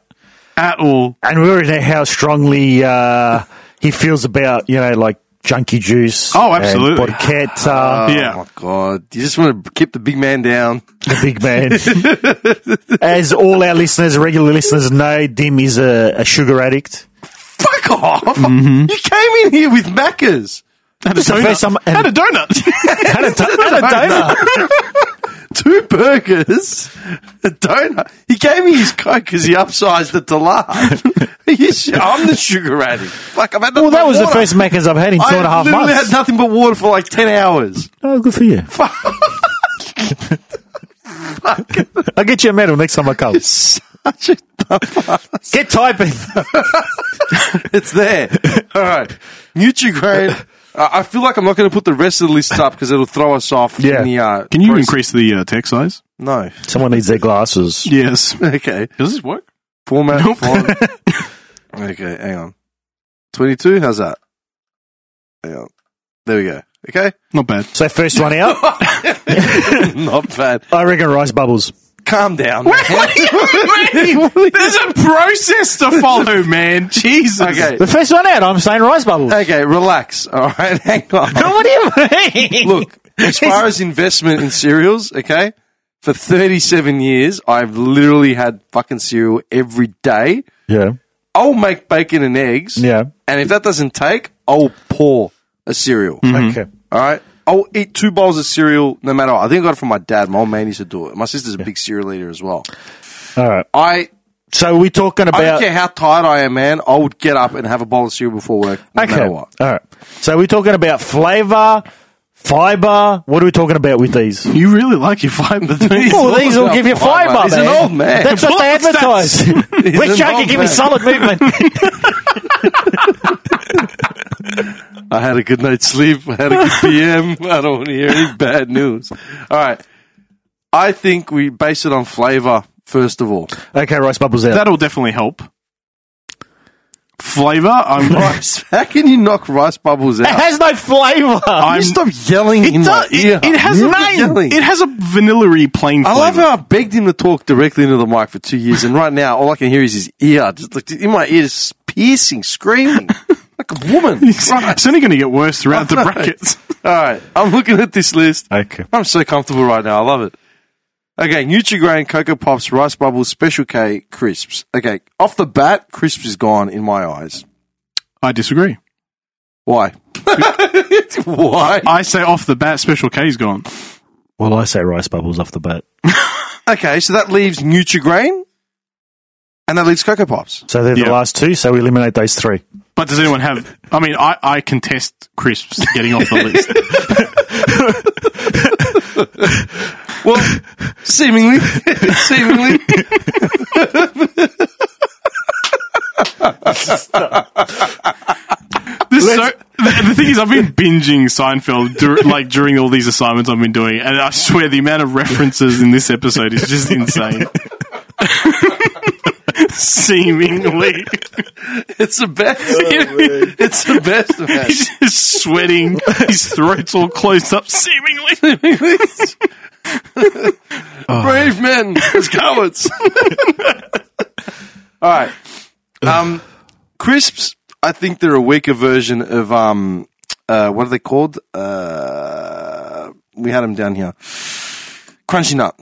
S1: At all.
S3: and we already know how strongly uh, he feels about you know like junkie juice.
S1: Oh, absolutely. Uh.
S3: And Borchetta,
S2: Oh
S1: yeah.
S2: my god, you just want to keep the big man down.
S3: the big man. As all our listeners, regular listeners know, Dim is a, a sugar addict.
S2: Fuck off!
S3: Mm-hmm.
S2: You came in here with Maccas,
S1: Had a
S3: It's the first time-
S1: donut. Had a donut.
S3: Had a, t- had a donut.
S2: two burgers, a donut. He gave me his coke because he upsized it to large. You sh- I'm the sugar addict. Fuck, I've had
S3: Well, that was the
S2: water.
S3: first Macca's I've had in two
S2: I
S3: and a half
S2: literally
S3: months.
S2: had nothing but water for like ten hours.
S3: oh, good for you. I'll get you a medal next time I come.
S2: Such a
S3: Get typing.
S2: It's there. All right. Nutrigrain. Uh, I feel like I'm not going to put the rest of the list up because it'll throw us off.
S3: Yeah.
S2: In the, uh,
S1: Can you
S2: process.
S1: increase the uh, text size?
S2: No.
S3: Someone needs their glasses.
S1: Yes.
S2: Okay.
S1: Does this work?
S2: Format.
S1: Nope.
S2: font. okay. Hang on. 22. How's that? Hang on. There we go. Okay.
S1: Not bad.
S3: So first one out,
S2: not bad.
S3: I reckon rice bubbles.
S2: Calm down. man.
S1: There's a process to follow, man. Jesus.
S2: okay.
S3: The first one out, I'm saying rice bubbles.
S2: Okay. Relax. All right. Hang on.
S3: what do you mean?
S2: Look, as far as investment in cereals, okay, For 37 years, I've literally had fucking cereal every day.
S3: Yeah.
S2: I'll make bacon and eggs.
S3: Yeah.
S2: And if that doesn't take, I'll pour a cereal.
S3: Okay.
S2: All right. I'll eat two bowls of cereal no matter what. I think I got it from my dad. My old man used to do it. My sister's a big cereal eater as well.
S3: All right.
S2: I
S3: So we're talking
S2: I don't
S3: about.
S2: care how tired I am, man. I would get up and have a bowl of cereal before work no
S3: Okay.
S2: matter
S3: All
S2: what.
S3: right. So we're talking about flavor, fiber. What are we talking about with these?
S1: You really like your fiber, don't you?
S3: Well, these will
S2: about
S3: give you
S2: fiber.
S3: fiber.
S2: He's an old man.
S3: That's what they advertise. Which
S2: an
S3: shaker
S2: old
S3: give me
S2: man.
S3: solid movement?
S2: I had a good night's sleep. I had a good PM. I don't want to hear any bad news. All right. I think we base it on flavor, first of all.
S3: okay, rice bubbles out.
S1: That'll definitely help. Flavor, I'm
S2: Rice. How can you knock rice bubbles
S3: it
S2: out?
S3: has no flavor.
S1: I'm-
S2: You stop yelling in my
S1: it,
S2: ear.
S1: it has a
S2: Stop yelling.
S1: It has a vanilla-y plain
S2: I
S1: flavor.
S2: love how I begged him to talk directly into the mic for two years, and right now all I can hear is his ear, just like in my ear, just piercing, screaming like a woman.
S1: It's, it's only going to get worse throughout the brackets.
S2: All right, I'm looking at this list.
S3: Okay.
S2: I'm so comfortable right now. I love it. Okay, Nutri-Grain, Cocoa Pops, Rice Bubbles, Special K, Crisps. Okay, off the bat, Crisps is gone in my eyes.
S1: I disagree.
S2: Why? Why?
S1: I say off the bat, Special K's gone.
S3: Well, I say rice bubbles off the bat.
S2: Okay, so that leaves Nutri-Grain, and that leaves Cocoa Pops.
S3: So they're
S1: Yeah.
S3: the last two, so we eliminate those three.
S1: But does anyone have? I mean, I, I contest crisps getting off the list.
S2: Well, seemingly, seemingly.
S1: This is so, the, the thing is, I've been binging Seinfeld dur- like during all these assignments I've been doing, and I swear the amount of references in this episode is just insane. Seemingly,
S2: It's the best. it's the best of
S1: he's
S2: that.
S1: just sweating. His throat's all closed up. Seemingly,
S2: Brave men as cowards. All right. Um, crisps, I think they're a weaker version of, um, uh, what are they called? Uh, we had them down here. Crunchy Nut.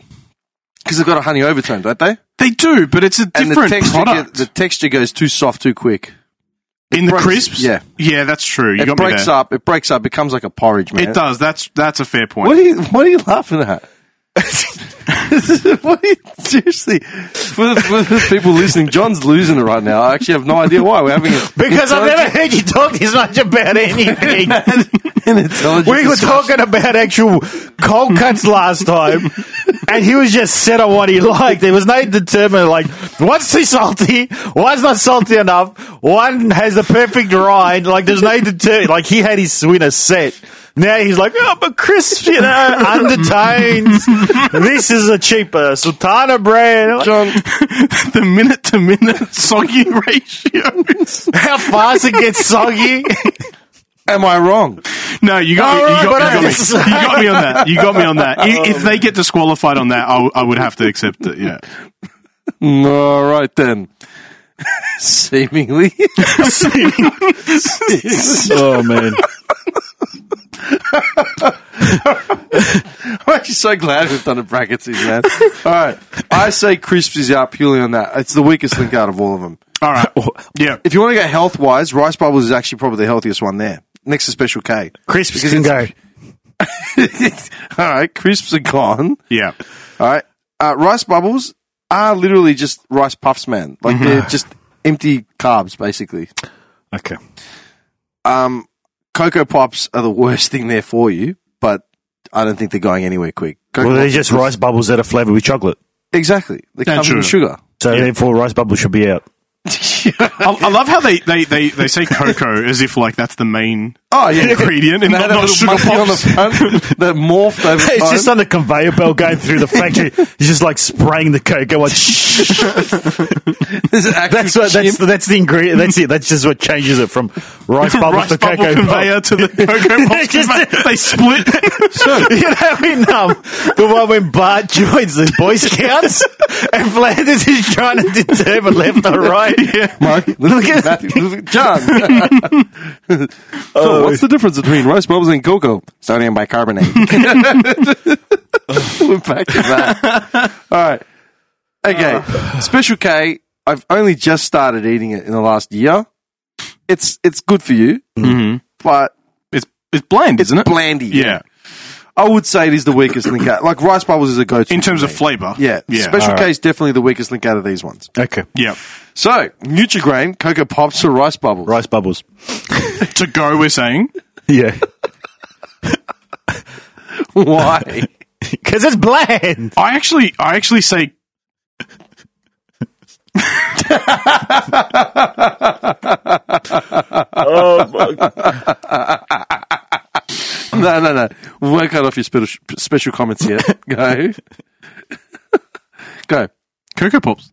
S2: Because they've got a honey overtone, don't they?
S1: they do, but it's a
S2: And
S1: different
S2: the, texture
S1: product.
S2: get- the texture goes too soft too quick.
S1: in the
S2: breaks-
S1: crisps,
S2: yeah.
S1: yeah, that's true. You
S2: It
S1: got me
S2: breaks
S1: there.
S2: up. It breaks up. becomes like a porridge, man.
S1: It does. That's that's a fair point.
S2: What are you What are you laughing at? what are you, seriously, for the, for the people listening, John's losing it right now. I actually have no idea why we're having a,
S3: Because I've
S2: intelligent-
S3: never heard you talk this much about anything.
S2: an intelligent
S3: we were
S2: discussion.
S3: talking about actual cold cuts last time, and he was just set on what he liked. There was no determinant, like, what's too salty? One's not salty enough. One has the perfect rind. Like, there's no determinant. Like, he had his winner set. Now he's like, oh, but crisps, you know, undertones. this is a cheaper Sultana brand.
S2: John.
S1: the minute to minute soggy ratios.
S3: How fast it gets soggy.
S2: Am I wrong?
S1: No, you got,
S3: All right,
S1: me, you,
S3: but
S1: got,
S3: I-
S1: you, got me, you got me on that. You got me on that. I- if they get disqualified on that, I, w- I would have to accept it. Yeah,
S2: Mm, All right then. Seemingly,
S3: oh, man.
S2: I'm actually so glad we've done the brackets, here, man. All right, I say crisps is out purely on that. It's the weakest link out of all of them.
S1: all right. Yeah,
S2: If you want to go health wise, rice bubbles is actually probably the healthiest one there. Next to Special K.
S3: Crisps
S2: Because
S3: can go.
S2: it's- All right, crisps are gone.
S1: yeah.
S2: All right, uh, rice bubbles are literally just rice puffs, man.
S3: Mm-hmm.
S2: Like they're just empty carbs, basically.
S3: Okay.
S2: Um, cocoa pops are the worst thing there for you, but I don't think they're going anywhere quick. Cocoa
S3: Well, they're
S2: Pops-
S3: just rice bubbles that are flavoured with chocolate.
S2: exactly. They're
S1: And
S2: covered in sugar.
S3: So therefore, rice bubbles should be out.
S1: I, I love how they, they, they, they say cocoa as if like that's the main
S2: Oh yeah,
S1: ingredient and
S2: They
S1: not,
S2: had a
S1: not
S2: little
S1: sugar
S2: monkey on the
S1: pops.
S2: front that morphed over time.
S3: It's just on the conveyor belt going through the factory. He's just like spraying the cocoa. Like,
S2: There's an actual
S3: that's what.
S2: chimp.
S3: That's that's the ingredient. That's it. That's just what changes it from rice bubbles
S1: Rice
S3: to
S1: bubble
S3: cocoa
S1: conveyor to the cocoa pops
S3: Just-
S1: conveyor. They split.
S3: Bubble. You know in um, the one when Bart joins the Boy Scouts and Flanders is trying to determine left or right.
S2: Mike, look at Matthew, look at John. Oh, so, what's the difference between rice bubbles and cocoa? Sodium bicarbonate. We're back to that. All right. Okay.
S1: Uh.
S2: Special K. I've only just started eating it in the last year. It's it's good for you,
S1: Mhm.
S2: but
S1: It's it's bland, isn't it?
S2: blandy.
S1: yeah.
S2: I would say it is the weakest link out. Like rice bubbles is a go-to
S1: In terms
S2: for
S1: of
S2: me.
S1: flavor.
S2: yeah,
S1: Yeah.
S2: Special K is definitely the weakest link out of these ones.
S3: Okay.
S1: yeah.
S2: So Nutrigrain, Cocoa Pops, or rice bubbles.
S3: Rice bubbles.
S1: To go, we're saying.
S3: Yeah.
S2: Why?
S3: Because it's bland.
S1: I actually, I actually say.
S2: no, no, no. We won't cut off your special, special comments here. Go. go.
S1: Cocoa Pops.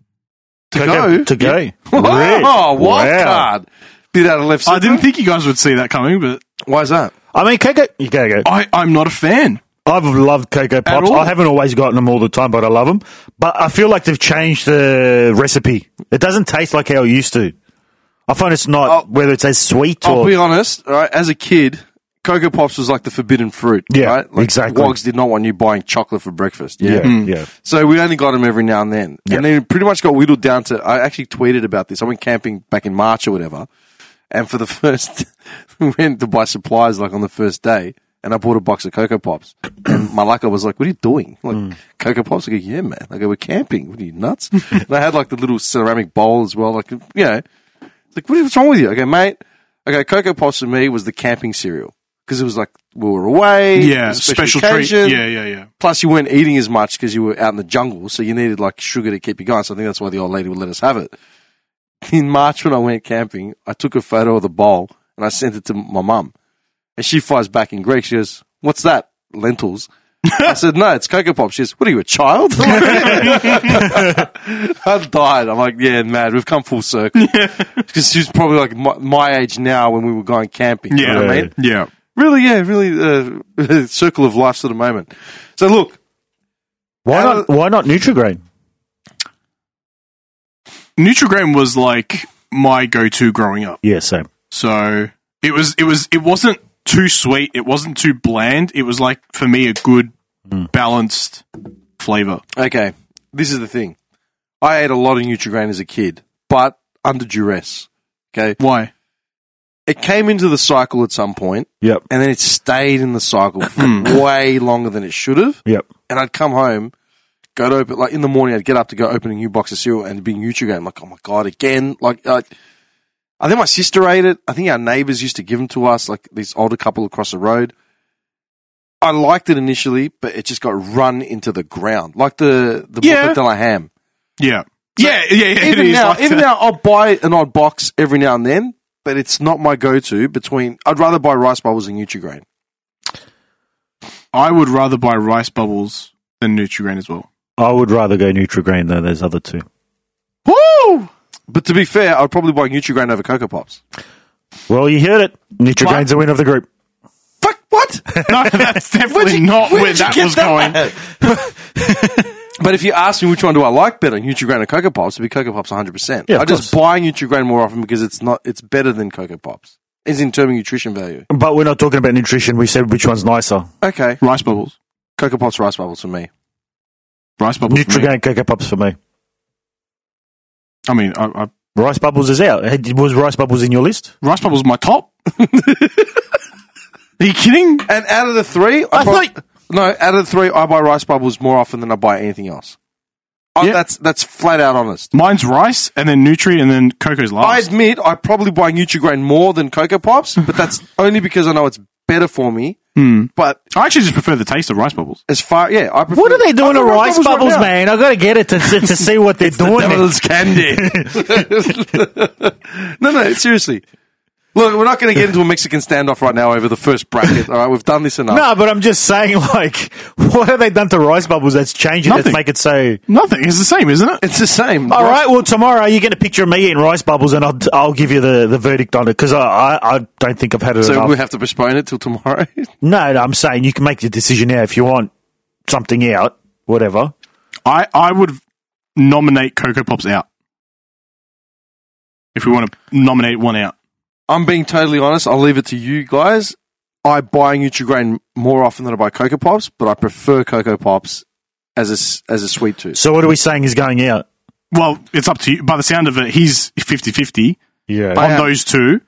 S2: To
S3: Okay,
S2: go.
S3: To go.
S2: Oh,
S3: Really?
S2: wild
S3: Wow.
S2: card. Bit out of left
S1: I
S2: center.
S1: didn't think you guys would see that coming, but
S2: Why is that?
S3: I mean, Cocoa. You go, go.
S1: I, I'm not a fan.
S3: I've loved Cocoa Pops.
S1: all?
S3: I haven't always gotten them all the time, but I love them. But I feel like they've changed the recipe. It doesn't taste like how it used to. I find it's not,
S2: I'll-
S3: whether it's as sweet
S2: I'll
S3: or.
S2: be honest, all right, as a kid, Cocoa Pops was like the forbidden fruit.
S3: Yeah,
S2: right? Like,
S3: exactly.
S2: Wogs did not want you buying chocolate for breakfast. Yeah. Mm.
S3: yeah, yeah.
S2: So we only got them every now and then.
S3: Yeah.
S2: And they pretty much got whittled down to, I actually tweeted about this. I went camping back in March or whatever. And for the first, we went to buy supplies like on the first day. And I bought a box of Cocoa Pops. And Malaka was like, what are you doing? Like,
S1: Hmm.
S2: Cocoa Pops? I go, yeah, man. I go, we're camping. What are you, nuts? and I had like the little ceramic bowl as well. Like, you know, it's like, what- what's wrong with you? I go, mate. I go, Cocoa Pops for me was the camping cereal. Because it was like, we were away.
S1: Yeah,
S2: it was a
S1: special, treat.
S2: occasion.
S1: Yeah, yeah, yeah.
S2: Plus, you weren't eating as much because you were out in the jungle, so you needed like sugar to keep you going. So I think that's why the old lady would let us have it. In March, when I went camping, I took a photo of the bowl and I sent it to my mum, and she fires back in Greek. She goes, "What's that? Lentils?" I said, "No, it's cocoa pop." She goes, "What are you, a child?" I died. I'm like, "Yeah, mad. We've come full circle." Because she was probably like my, my age now when we were going camping. You know what I
S1: Yeah.
S2: mean?
S1: Yeah.
S2: Really, yeah, really, uh, circle of life sort of moment. So look,
S3: Why
S2: How-
S3: not? Why not Nutrigrain?
S1: Nutrigrain was like my go-to growing up.
S3: Yeah, same.
S1: So it was, it was, it wasn't too sweet. It wasn't too bland. It was like for me a good
S2: Hmm.
S1: balanced flavor.
S2: Okay, this is the thing. I ate a lot of Nutrigrain as a kid, but under duress. Okay,
S1: Why?
S2: it came into the cycle at some point,
S3: Yep,
S2: and then it stayed in the cycle for way longer than it should have.
S3: yep.
S2: And I'd come home, go to open like in the morning. I'd get up to go open a new box of cereal and being Nutrigrain. I'm like, oh my god, again! Like, like I think my sister ate it. I think our neighbors used to give them to us. Like this older couple across the road. I liked it initially, but it just got run into the ground, like the the
S1: Yeah.
S2: Boca de la Ham.
S1: Yeah. yeah, yeah, yeah. it
S2: even
S1: is
S2: now,
S1: like
S2: even
S1: that.
S2: now, I'll buy an odd box every now and then, but it's not my go-to. Between, I'd rather buy rice bubbles than Nutrigrain.
S1: I would rather buy rice bubbles than Nutrigrain as well.
S3: I would rather go Nutrigrain than those other two.
S2: Woo! But to be fair, I'd probably buy Nutrigrain over Cocoa Pops.
S3: Well, you heard it. Nutrigrain's the winner of the group.
S2: Fuck what?
S1: No, that's
S2: Where'd
S1: definitely
S2: you-
S1: not
S2: where'd
S1: where
S2: you
S1: that was
S2: get
S1: going.
S2: but if you ask me which one do I like better, Nutrigrain or Cocoa Pops, it'd be Cocoa Pops 100. percent
S3: Yeah, of
S2: I just buy Nutrigrain more often because it's not it's better than Cocoa Pops, is in terms of nutrition value.
S3: But we're not talking about nutrition. We said which one's nicer.
S2: Okay,
S1: Rice bubbles.
S2: Cocoa Pops rice bubbles for me.
S1: Rice bubbles. for me.
S3: Nutrigrain Cocoa Pops for me.
S1: I mean, I, I,
S3: Rice Bubbles is out. Had- Was Rice Bubbles in your list?
S1: rice bubbles my top. Are you kidding?
S2: And out of the three, I, prob- no, out of the three, I buy rice bubbles more often than I buy anything else. I,
S1: Yeah.
S2: That's that's flat out honest.
S1: Mine's rice, and then Nutri, and then Coco's
S2: I
S1: last.
S2: admit I probably buy Nutrigrain more than Cocoa Pops, but that's only because I know it's better for me.
S3: Hmm.
S2: But
S1: I, actually just prefer the taste of rice bubbles.
S2: as far, yeah, I prefer.
S3: What are they doing
S2: I
S3: to
S2: buy
S3: Rice Bubbles,
S2: right now.
S3: man? I gotta get it to, to, to see what they're doing. there.
S2: Devil's candy. no, no, seriously. Look, we're not going to get into a Mexican standoff right now over the first bracket. All right, we've done this enough.
S3: No, but I'm just saying, like, what have they done to Rice Bubbles that's changing that
S1: Nothing.
S3: make it so?
S1: Nothing. It's the same, isn't it?
S2: It's the same.
S3: All
S2: Rice-
S3: right. Well, tomorrow you're going to picture me eating rice bubbles, and I'll, I'll give you the, the verdict on it because I, I, I don't think I've had it
S2: So
S3: enough.
S2: we have to postpone it till tomorrow.
S3: no, no, I'm saying you can make your decision now if you want something out, whatever.
S1: I, I would nominate Cocoa Pops out. If we want to nominate one out.
S2: I'm being totally honest. I'll leave it to you guys. I buy Nutri-Grain more often than I buy Cocoa Pops, but I prefer Cocoa Pops as a s- as a sweet tooth.
S3: So what are we saying is going out?
S1: Well, it's up to you. By the sound of it, he's 50 50
S3: Yeah.
S1: on
S2: am.
S1: those two.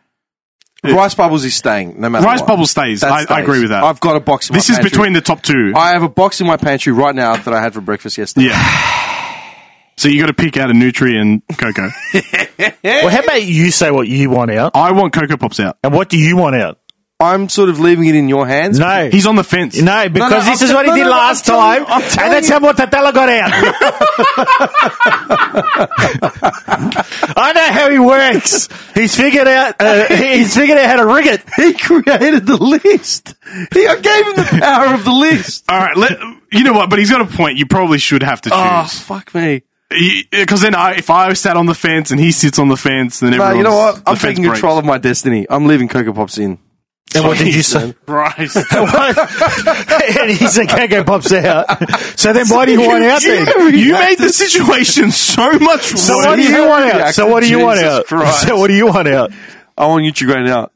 S2: Rice Bubbles is staying no matter.
S1: Rice
S2: what.
S1: Bubble stays.
S2: That
S1: I, I
S2: stays.
S1: agree with that.
S2: I've got a box. In
S1: this
S2: my
S1: is
S2: pantry.
S1: between the top two.
S2: Oh, I have a box in my pantry right now that I had for breakfast yesterday.
S1: yeah. So you got to pick out a Nutri and Cocoa.
S3: Well, how about you say what you want out,
S1: I want Cocoa Pops out.
S3: and what do you want out?
S2: I'm sort of leaving it in your hands.
S3: No,
S1: He's on the fence.
S3: no, because
S2: no,
S3: this
S2: I'm
S3: is what he
S2: t- no,
S3: did
S2: no, no,
S3: last
S2: I'm telling
S3: time,
S2: you- I'm telling
S3: and that's
S2: you.
S3: how Mortadella got out. I know how he works. He's figured out. Uh, he's figured out how to rig it.
S2: He created the list. He, I gave him the power of the list.
S1: All right. Let, you know what? But he's got a point. You probably should have to
S2: Oh,
S1: choose.
S2: fuck me.
S1: Because then I, if I sat on the fence and he sits on the fence, then
S2: No,
S1: everyone's.
S2: you know what?
S1: the
S2: I'm
S1: fence
S2: taking
S1: breaks.
S2: control of my destiny. I'm leaving Cocoa Pops in.
S3: And what did you say?
S1: Christ.
S3: and he said, "Cocoa pops out." So then, why do you want out then?
S1: you you made the situation so much worse.
S3: So what do you want out? So what do you want
S2: Jesus
S3: out?
S2: Christ.
S3: So what do you want out?
S2: I want Nutri-Grain out.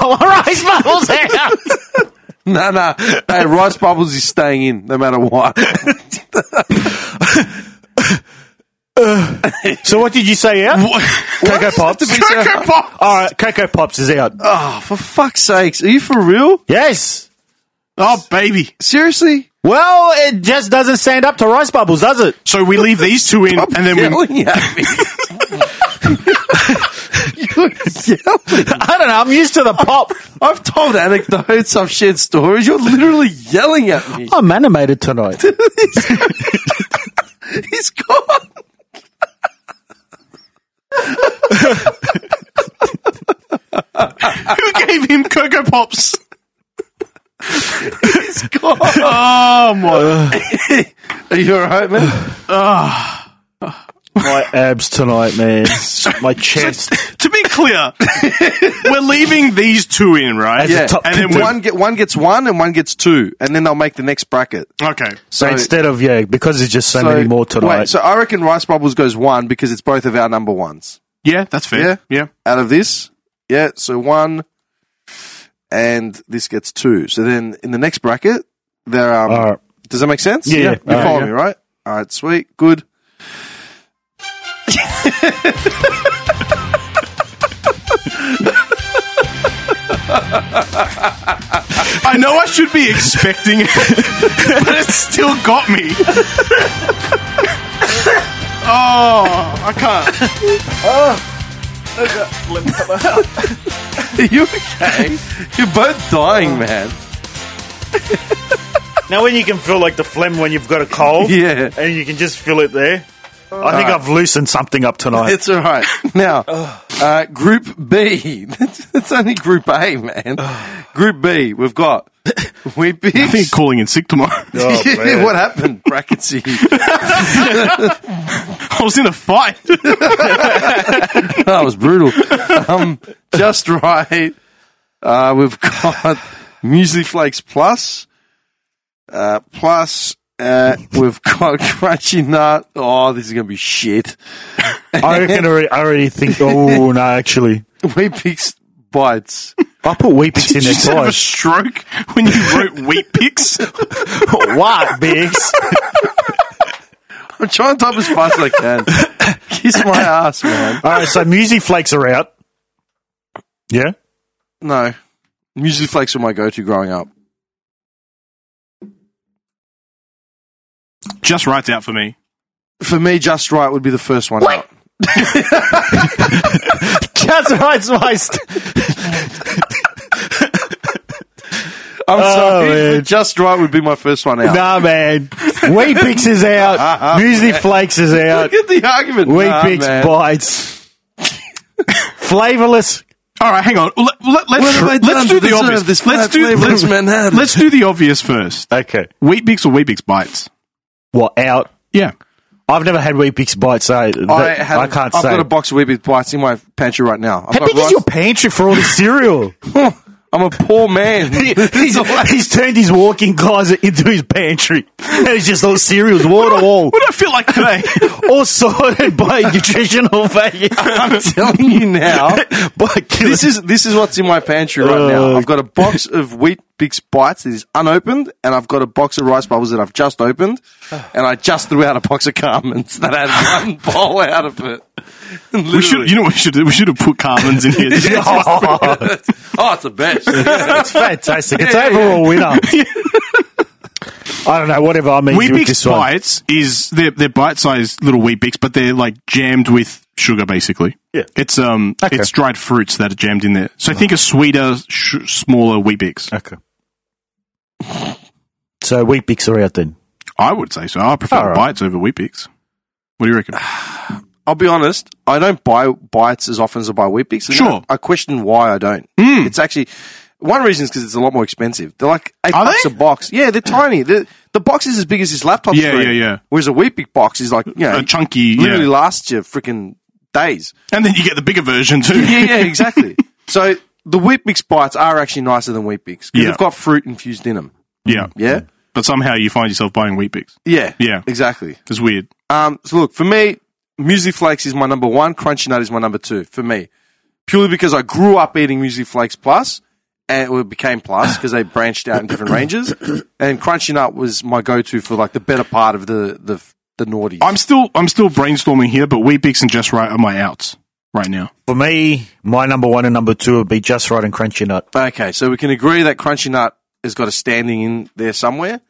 S3: All right, bubbles out.
S2: No, no. Hey, Rice Bubbles is staying in no matter what.
S3: So what did you say out? Cocoa pops.
S1: Cocoa Pops.
S3: All right, Cocoa Pops is out.
S2: Oh, for fuck's sakes. Are you for real?
S3: Yes.
S1: Oh, baby.
S2: Seriously?
S3: Well, it just doesn't stand up to rice bubbles, does it?
S1: So we leave these two in, and then we.
S2: Yelling at me. You're yelling.
S3: I don't know. I'm used to the pop.
S2: I've told anecdotes, I've shared stories. You're literally yelling at me.
S3: I'm animated tonight.
S2: He's gone.
S1: Who gave him Cocoa Pops?
S2: He's gone.
S1: Oh, my.
S2: Are you alright, man?
S3: My abs tonight, man. My chest.
S1: to be clear, we're leaving these two in, right?
S3: As a Yeah. top
S1: and then
S3: contender.
S1: we're.
S2: One, get, one gets one and one gets two, and then they'll make the next bracket.
S1: Okay.
S3: So instead of yeah, because there's just so, many more tonight.
S2: Wait, so I reckon Rice Bubbles goes one because it's both of our number ones.
S1: Yeah, that's fair. Yeah.
S2: Out of this, yeah, so one, and this gets two. So then in the next bracket, there um,
S3: All right.
S2: Does that make sense?
S3: Yeah, yeah.
S2: You
S3: Yeah,
S2: follow
S3: yeah.
S2: me, right? All right, sweet, good.
S1: I know I should be expecting it, but it still got me. oh, I can't.
S2: Are you okay? You're both dying, man.
S3: now when you can feel like the phlegm when you've got a cold,
S2: Yeah.
S3: and you can just feel it there. I think I've loosened something up tonight.
S2: It's all right. Now, uh, Group B. It's only Group A, man. Group B, we've got. We
S1: I think
S2: picked.
S1: calling in sick tomorrow.
S3: Oh, man.
S2: what happened? Bracket C.
S1: I was in a fight.
S2: that was brutal. Um, just right. Uh, we've got Muesli Flakes Plus. Uh, plus, uh, we've got Crunchy Nut. Oh, this is going to be shit.
S3: I reckon I already, I already think. Oh no, actually,
S2: We picked Bites.
S3: I put Weepix in
S1: Did you
S3: there
S1: just have a
S3: twice.
S1: stroke when you wrote wheat picks?
S3: What, Biggs?
S2: I'm trying to type as fast as I can. Kiss my ass, man.
S3: All right, so Musi Flakes are out. Yeah.
S2: No. Muesli Flakes were my go-to growing up.
S1: Just writes out for me.
S2: For me, Just Right would be the first one out.
S3: That's right, Sliced.
S2: I'm sorry,
S3: Oh, man.
S2: but Just Right would be my first one out.
S3: Nah, man. Wheat Pix is out. Muesli Flakes is out.
S2: Look at the argument.
S3: Wheat
S2: Nah,
S3: Pix
S2: man.
S3: bites. Flavorless.
S1: All right, hang on. Let, let, let's
S2: have they
S1: let's
S2: done
S1: do
S2: to
S1: the
S2: deserve
S1: obvious.
S2: this
S1: let's do
S2: flat-flavored
S1: let's,
S2: Manhattan?
S1: let's do the obvious first.
S3: Okay.
S1: Wheat Bix or Wheat Bix bites?
S3: What, out?
S1: Yeah.
S3: I've never had Wheat Pix bites, so that-
S2: I,
S3: I,
S2: had, I
S3: can't
S2: have
S3: say.
S2: got a box of Weebit bites in my pantry right now. I've
S3: How
S2: got
S3: big is
S2: rice-
S3: your pantry for all this cereal?
S2: I'm a poor man.
S3: He's, he's turned his walk-in closet into his pantry, and it's just all cereals, wall to wall,
S1: What do I feel like today?
S3: all sorted by nutritional value.
S2: I'm telling you now.
S3: by kilo-
S2: This is this is what's in my pantry right now. I've got a box of wheat bix bites that is unopened, and I've got a box of rice bubbles that I've just opened, and I just threw out a box of Carmen's that had one bowl out of it.
S1: we should, you know, what we should do? We should have put Carmen's in here.
S2: oh, it's the best.
S3: it's fantastic. It's
S2: Yeah, yeah,
S3: overall winner. I don't know, whatever I mean
S1: Wheat
S3: with
S1: Bix
S3: this one.
S1: bites is they're, they're bite-sized little Wheat Bix, but they're like jammed with sugar, basically.
S3: Yeah.
S1: it's um,
S3: Okay.
S1: it's dried fruits that are jammed in there. So think a sweeter, sh- smaller Wheat Bix.
S3: Okay. So wheat bix are out then.
S1: I would say so. I prefer
S3: All right.
S1: bites over Wheat Bix. What do you reckon?
S2: I'll be honest. I don't buy bites as often as I buy wheat bix. and
S1: Sure. Hmm.
S2: I, I question why I don't. It's actually one reason is because it's a lot more expensive. They're like eight
S1: Are
S2: bucks
S1: they?
S2: a box. Yeah, they're tiny. The the box is as big as this laptop.
S1: Yeah,
S2: screen,
S1: yeah, yeah.
S2: Whereas a wheat bix box is like you know,
S1: A chunky,
S2: literally
S1: yeah.
S2: lasts you freaking days.
S1: and then you get the bigger version too.
S2: Yeah, yeah, exactly. so the wheat bix bites are actually nicer than wheat bix because
S1: Yeah.
S2: they've got fruit infused in them.
S1: yeah,
S2: Yeah,
S1: But somehow you find yourself buying Wheat Bix.
S2: yeah,
S1: Yeah.
S2: exactly.
S1: It's weird.
S2: Um, so look, for me, Muesli Flakes is my number one. Crunchy Nut is my number two for me, purely because I grew up eating Muesli Flakes Plus, and well, it became Plus because they branched out in different ranges. And Crunchy Nut was my go-to for like the better part of the the the naughty.
S1: I'm still I'm still brainstorming here, but Wheat Bix and Just Right are my outs right now.
S3: For me, my number one and number two would be just right and crunchy nut.
S2: okay, so we can agree that Crunchy Nut has got a standing in there somewhere,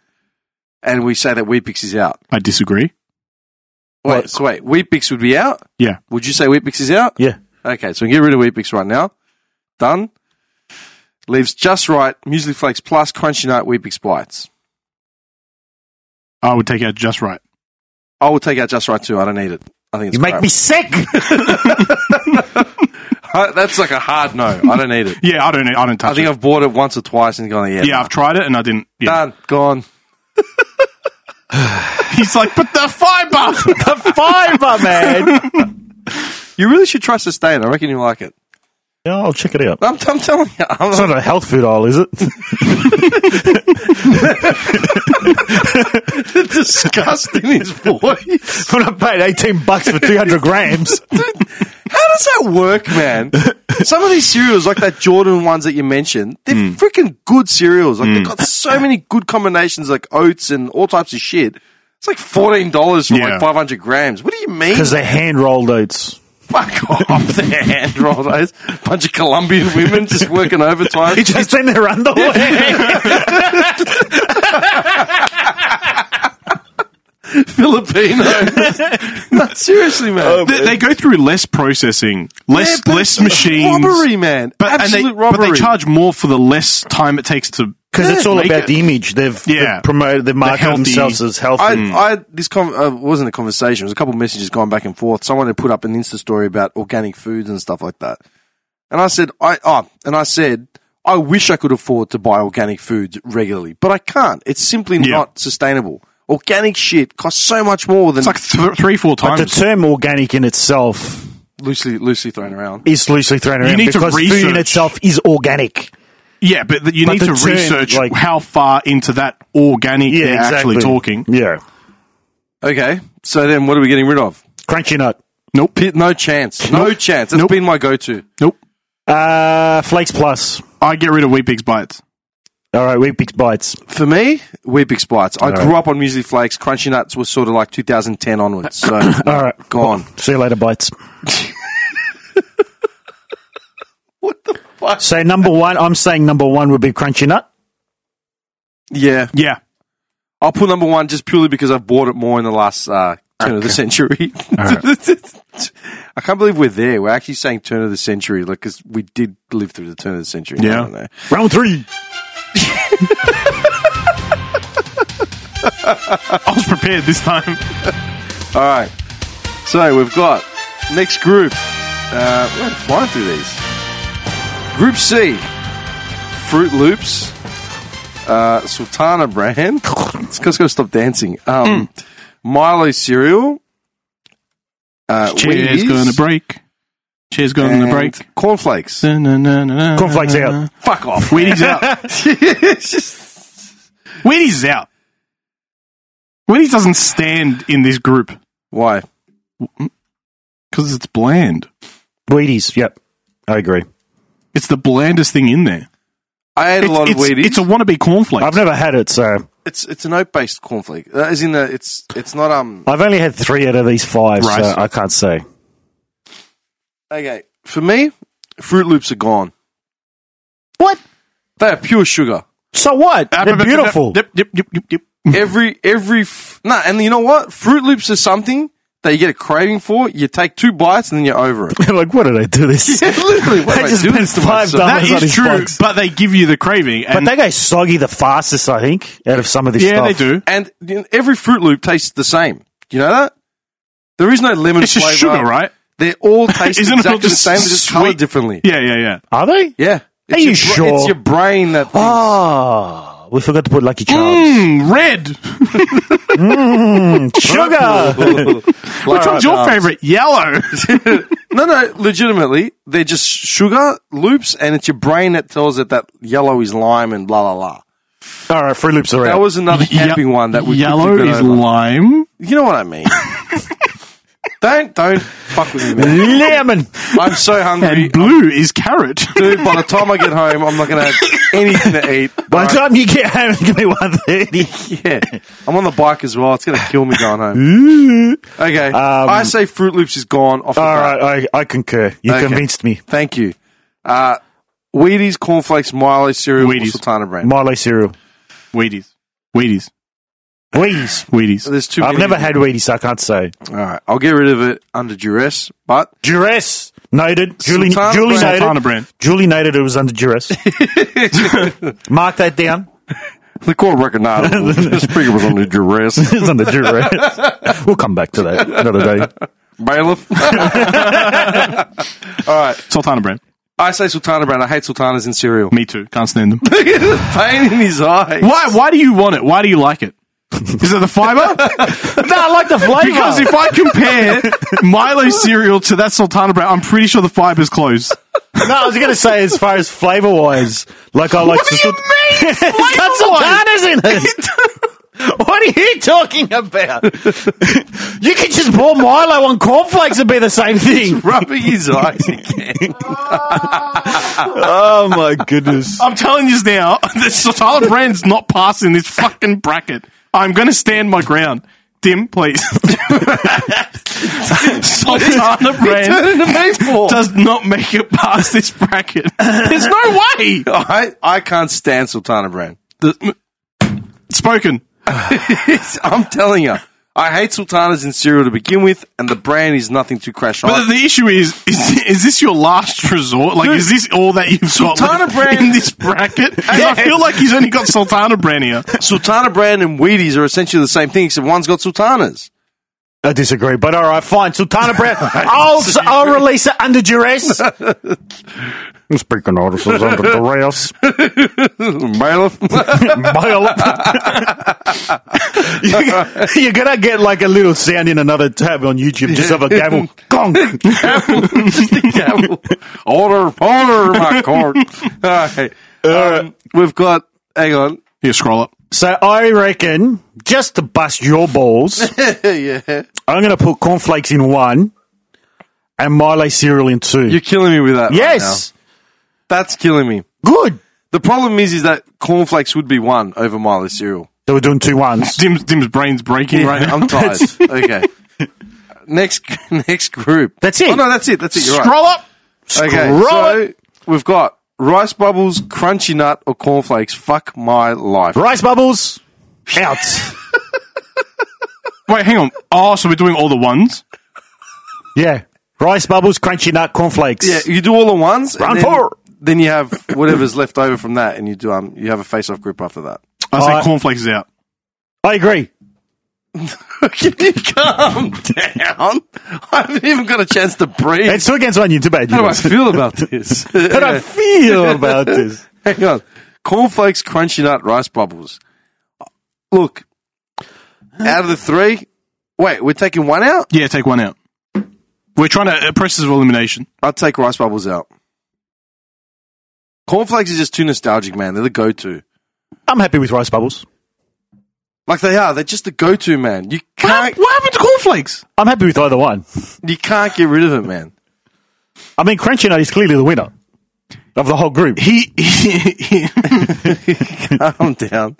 S2: and we say that Wheat Bix is out.
S1: I disagree.
S2: Wait,
S3: What?
S2: so wait, Wheat Bix would be out.
S1: Yeah.
S2: Would you say Wheat Bix is out?
S3: Yeah.
S2: Okay, so we can get rid of Wheat Bix right now. Done. Leaves just right, Muesli Flakes plus Crunchy Nut Wheat Bix Bites.
S1: I would take out Just Right.
S2: I will take out just right too. I don't need it. I think it's
S3: You make
S2: crap.
S3: me sick.
S2: Uh, That's like a hard no. I don't need it.
S1: Yeah, I don't I don't touch
S2: I think
S1: it.
S2: I've bought it once or twice and gone, yeah.
S1: yeah, I've tried it and I didn't. Yeah.
S2: Done. Gone.
S1: He's like, but the fiber.
S3: the fiber, man.
S2: You really should try Sustain. I reckon you like it.
S3: Yeah, I'll check it out.
S2: I'm, I'm telling you. I'm
S3: It's
S2: not,
S3: not a health food aisle, is it?
S2: the disgust in his voice.
S3: when I paid 18 bucks for 200 grams.
S2: How does that work, man? Some of these cereals, like that Jordan ones that you mentioned, they're
S1: Hmm.
S2: freaking good cereals. Like they've got so many good combinations, like oats and all types of shit. It's like fourteen dollars for
S1: Yeah.
S2: like five hundred grams. What do you mean?
S3: Because they're hand rolled oats.
S2: Fuck off, the hand roll those bunch of Colombian women just working overtime.
S3: It's just in their underwear.
S2: Filipino. no, seriously, man.
S1: they, they go through less processing,
S2: Yeah,
S1: less
S2: but
S1: less
S2: it's
S1: machines.
S2: robbery, man.
S1: But, and
S2: Absolute
S1: they,
S2: robbery.
S1: but they charge more for the less time it takes to.
S3: Because it's all
S1: Make
S3: about
S1: it-
S3: the image. They've,
S1: Yeah.
S3: they've promoted, they've marketed
S1: healthy-
S3: themselves as healthy.
S2: I,
S1: Hmm.
S2: I this con- uh, wasn't a conversation. It was a couple of messages going back and forth. Someone had put up an Insta story about organic foods and stuff like that, and I said, I oh, and I said, I wish I could afford to buy organic food regularly, but I can't. It's simply
S1: Yeah.
S2: not sustainable. Organic shit costs so much more than
S1: It's like th- three, four
S3: but the
S1: times.
S3: term organic in itself
S2: loosely loosely thrown around.
S3: is loosely thrown around
S1: need to
S3: because food
S1: research.
S3: in itself is organic.
S1: yeah, but th- you
S3: but
S1: need
S3: the
S1: to
S3: term,
S1: research
S3: like-
S1: how far into that organic
S3: Yeah,
S1: they're actually
S3: exactly.
S1: talking.
S3: Yeah.
S2: Okay, so then what are we getting rid of?
S3: Crunchy nut.
S1: Nope.
S2: Pit, no chance, no
S1: Nope.
S2: chance. That's
S1: Nope.
S2: been my go-to.
S1: Nope.
S3: Uh, Flakes Plus.
S1: I get rid of Wheat Bix bites.
S3: All right, Wheat Bix Bites.
S2: For me, Wheat Bix Bites. I grew up on Muesli Flakes. Crunchy Nuts was sort of like 2010 onwards. So,
S3: All right.
S2: gone.
S3: See you later, Bites.
S2: What the fuck?
S3: So, number one, I'm saying number one would be Crunchy Nut.
S2: Yeah,
S1: Yeah.
S2: I'll put number one just purely because I've bought it more in the last uh, turn of the century. I can't believe we're there. We're actually saying turn of the century, like because we did live through the turn of the century. I
S1: Yeah.
S2: don't know.
S3: Round three.
S1: I was prepared this time.
S2: All right. So we've got next group. Uh, we're flying through these. Group C: Fruit Loops, uh, Sultana brand. It's got to stop dancing. Um,
S1: Hmm.
S2: Milo cereal. Uh,
S1: Chair's
S2: Wheaties.
S1: going to break. Chair's gone on the break.
S2: Cornflakes.
S1: Da-na-na-na-na.
S3: Cornflakes out.
S2: Fuck off.
S1: Wheaties out.
S2: it's just
S1: Wheaties is out. Wheaties doesn't stand in this group
S2: why.
S1: because it's bland.
S3: Wheaties. Yep. I agree.
S1: It's the blandest thing in there.
S2: I ate
S1: It's,
S2: a lot of
S1: it's-
S2: Wheaties.
S1: it's a wannabe cornflake.
S3: I've never had it, so
S2: It's it's an oat based cornflake. Uh, As in, the, it's it's not um.
S3: I've only had three out of these five,
S1: Rice.
S3: so I can't say.
S2: Okay, for me, Fruit Loops are gone.
S3: What?
S2: They are pure sugar.
S3: So what?
S1: Ah,
S3: They're
S1: but- but- but-
S3: beautiful.
S1: Yep, yep, yep, yep, yep.
S2: Every every f- no, and you know what? Fruit Loops is something that you get a craving for. You take two bites and then you're over it.
S3: like, what did I do this?
S2: Literally, what
S3: I
S2: am I
S3: just
S2: doing
S3: spent
S2: this to
S3: five
S2: myself?
S3: dollars.
S1: That
S3: Amazon
S1: is
S3: is
S1: true,
S3: bugs.
S1: but they give you the craving.
S3: But
S1: And
S3: they go soggy the fastest, I think, out of some of this
S1: yeah,
S3: stuff.
S1: they do.
S2: And you know, every Fruit Loop tastes the same. You know that? There is no lemon
S1: It's
S2: flavor.
S1: just sugar, right?
S2: They all taste
S1: Isn't it all
S2: exactly the
S1: just
S2: same. They're just colored
S1: sweet?
S2: differently.
S1: Yeah, yeah, yeah.
S3: Are they?
S2: Yeah. It's
S3: Are you
S2: your
S3: sure?
S2: It's your brain that. thinks-
S3: Oh, we forgot to put Lucky Charms.
S1: Mm, red.
S3: Sugar!
S2: Like-
S1: Which one's your favorite? Yellow.
S2: No, no, legitimately, they're just sugar loops, and it's your brain that tells it that yellow is lime and blah, blah, blah.
S3: All right, Fruit Loops are
S2: That
S3: out.
S2: was another camping one that we
S1: yellow
S2: quickly
S1: is
S2: got over.
S1: lime.
S2: You know what I mean? don't, don't fuck with me, man.
S3: Lemon!
S2: I'm so hungry.
S1: And blue is carrot.
S2: Dude, by the time I get home, I'm not going to have anything to eat.
S3: By
S2: Right?
S3: the time you get home, it's going to be 130.
S2: Yeah. I'm on the bike as well. It's going to kill me going home. Okay. I say Fruit Loops is gone off the
S3: Um, All
S2: bat.
S3: right, I, I concur. You
S2: Okay.
S3: convinced me.
S2: Thank you. Uh, Wheaties, cornflakes, Milo cereal, or
S1: Wheaties.
S2: Sultana brand.
S3: Milo cereal.
S1: Wheaties. Wheaties.
S3: Wheaties.
S1: Wheaties.
S2: There's too
S3: I've
S2: many.
S3: never had Wheaties, so I can't say.
S2: All right, I'll get rid of it under duress, but
S3: Duress. Noted. Julie,
S2: Sultana
S3: Julie
S2: brand.
S3: noted.
S1: Sultana brand.
S3: Julie noted it was under duress. Mark that down.
S2: the court recognizable. the speaker was under duress.
S3: It was under duress. we'll come back to that another day.
S2: Bailiff. All right,
S1: Sultana brand.
S2: I say Sultana brand. I hate sultanas in cereal.
S1: Me too. Can't stand them.
S2: the pain in his eye.
S1: Why? Why do you want it? Why do you like it? Is it the fiber?
S3: No, I like the flavour.
S1: Because if I compare Milo cereal to that Sultana brand, I'm pretty sure the fiber's close.
S3: no, I was going to say as far as flavour wise, like I like. What
S1: do you
S3: mean? it's got sultanas in it. what are you talking about? you could just pour Milo on cornflakes and be the same thing.
S2: Rubbing his eyes again.
S3: Oh my goodness!
S1: I'm telling you now, the Sultana brand's not passing this fucking bracket. I'm going to stand my ground. Dim, please. Sultana brand
S2: Turn into me for.
S1: does not make it past this bracket. There's no way.
S2: I I can't stand Sultana brand.
S1: The- spoken.
S2: I'm telling you, I hate sultanas in cereal to begin with, and the brand is nothing to crash
S1: But
S2: on.
S1: the issue is, is, is this your last resort? Like, is this all that you've got
S2: Sultana
S1: left
S2: brand-
S1: in this bracket? 'Cause I feel like he's only got Sultana brand here.
S2: Sultana brand and Wheaties are essentially the same thing, except one's got sultanas.
S3: I disagree, but all right, fine. Sultana Brown, I'll I'll release it under duress. Speaking of artists under duress,
S2: Bailiff.
S3: You're gonna get like a little sound in another tab on YouTube, just of a gavel. Gong.
S2: order, order, my court. All right. Um, we've got, hang on.
S1: Here, scroll up.
S3: So I reckon, just to bust your balls,
S2: yeah.
S3: I'm gonna put cornflakes in one, and Milo cereal in 2
S2: You're killing me with that. right
S3: yes,
S2: now. That's killing me.
S3: good.
S2: The problem is, is that cornflakes would be one over Milo cereal.
S3: So we're doing two ones.
S1: Dim's, Dim's brain's breaking right now.
S2: I'm tired. okay. Next, next group.
S3: That's it.
S2: Oh no, that's it. That's it. You're right.
S1: Scroll up.
S2: Okay,
S3: Scroll
S2: so
S3: it.
S2: we've got rice bubbles, crunchy nut, or cornflakes. Fuck my life.
S3: Rice bubbles out.
S1: Wait, hang on. Oh, so we're doing all the ones?
S3: yeah, rice bubbles, crunchy nut, cornflakes.
S2: Yeah, you do all the ones.
S3: Round
S2: and then,
S3: four.
S2: Then you have whatever's left over from that, and you do um, you have a face-off group after that.
S1: I say
S3: Uh,
S1: cornflakes is out.
S3: I agree.
S2: Can you calm down? I haven't even got a chance to breathe.
S3: It's two against one. You're too bad. You
S2: How do I
S3: guys.
S2: feel about this?
S3: How do I feel about this?
S2: Hang on. Cornflakes, crunchy nut, rice bubbles. Look, out of the three, wait, we're taking one out.
S1: Yeah, take one out. We're trying to uh, process of elimination.
S2: I'd take rice bubbles out. Cornflakes is just too nostalgic, man. They're the go to.
S3: I'm happy with rice bubbles.
S2: Like they are. They're just the go to, man. You
S1: What,
S2: can't
S1: what happened to cornflakes?
S3: I'm happy with either one.
S2: you can't get rid of it, man.
S3: I mean, Crunchy Nut is clearly the winner of the whole group.
S1: He, he,
S2: Calm down.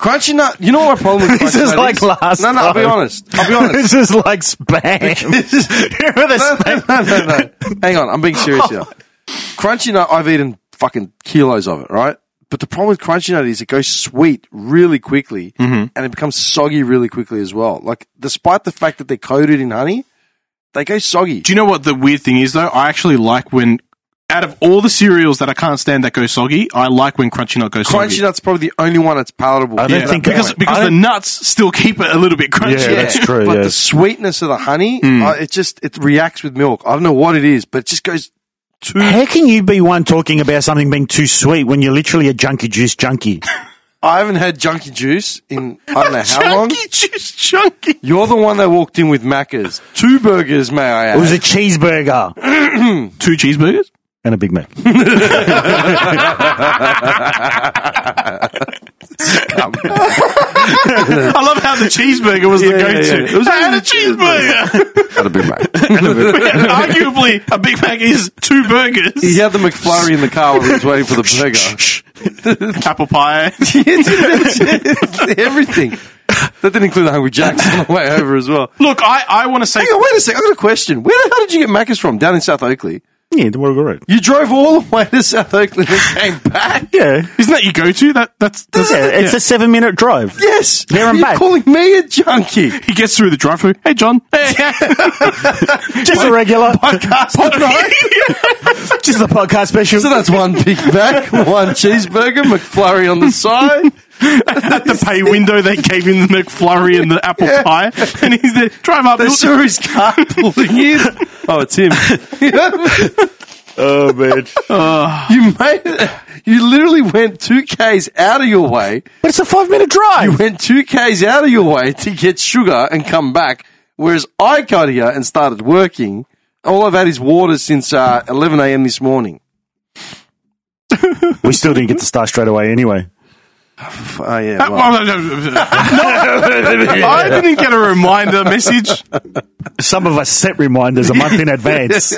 S2: Crunchy nut. You know what my problem with
S3: This
S2: Crunchy
S3: is
S2: Nut
S3: like last
S2: No, no. I'll be
S3: time.
S2: honest. I'll be honest.
S3: this is like spam.
S2: This is-
S3: Remember the
S2: no,
S3: spam?
S2: no, no, no, no. Hang on, I'm being serious here. Crunchy nut, I've eaten fucking kilos of it, right? But the problem with crunchy nut is it goes sweet really quickly,
S3: Mm-hmm.
S2: and it becomes soggy really quickly as well. Like, despite the fact that they're coated in honey, they go soggy.
S1: Do you know what the weird thing is though? I actually like when, out of all the cereals that I can't stand that go soggy, I like when Crunchy Nut goes
S2: Crunchy
S1: soggy.
S2: nut's probably the only one that's palatable.
S3: I don't
S1: Yeah,
S3: think-
S1: because
S3: I-
S1: because
S3: I-
S1: the nuts still keep it a little bit crunchy.
S3: Yeah, that's true, Hmm.
S2: But
S3: yeah.
S2: the sweetness of the honey, uh, it just it reacts with milk. I don't know what it is, but it just goes too.
S3: How can you be one talking about something being too sweet when you're literally a junkie juice junkie?
S2: I haven't had junkie juice in I don't know how long.
S1: chunky juice, chunky.
S2: You're the one that walked in with Macca's. Two burgers, may I
S3: It
S2: add.
S3: was a cheeseburger
S1: Two cheeseburgers.
S3: and a Big Mac.
S1: I love how the cheeseburger was the
S2: Yeah, yeah,
S1: go-to.
S2: yeah. It was
S1: I had a cheeseburger.
S2: Had a Big Mac.
S1: And arguably, a Big Mac is two burgers.
S2: he had the McFlurry in the car while he was waiting for the burger.
S1: Apple pie.
S2: Everything. That didn't include the Hungry Jacks on the way over as well.
S1: Look, I, I want to say
S3: oh.
S2: Hang on, wait a sec. I got a question. Where the hell did you get Macca's from? Down in South Oakley.
S3: Yeah, the Warrigal Road.
S2: You drove all the way to South Oakley and came back.
S3: Yeah.
S1: Isn't that your go-to? That that's, that's
S3: Yeah, it's
S1: yeah.
S3: a seven minute drive.
S2: Yes.
S3: There and
S2: You're
S3: back.
S2: calling me a junkie.
S1: he gets through the drive-thru. Hey, John. Hey.
S3: Just a regular.
S2: Podcast night.
S3: Just a podcast special.
S2: So that's one Big Mac, one cheeseburger, McFlurry on the side.
S1: At the pay window, they gave him the McFlurry and the apple pie, and he's there. Drive up.
S2: They
S1: you'll-
S2: saw his car pulling in. Oh, it's him.
S3: Oh, man.
S2: You made it. You literally went two k's out of your way.
S3: But it's a five minute drive.
S2: Went two k's out of your way to get sugar and come back. Whereas I got here and started working. All I've had is water since uh, 11 a.m. this morning.
S3: We still didn't get to start straight away anyway.
S2: F- Oh yeah.
S1: Uh,
S2: well.
S1: well, no, no, no. I didn't get a reminder message.
S3: Some of us set reminders a month in advance.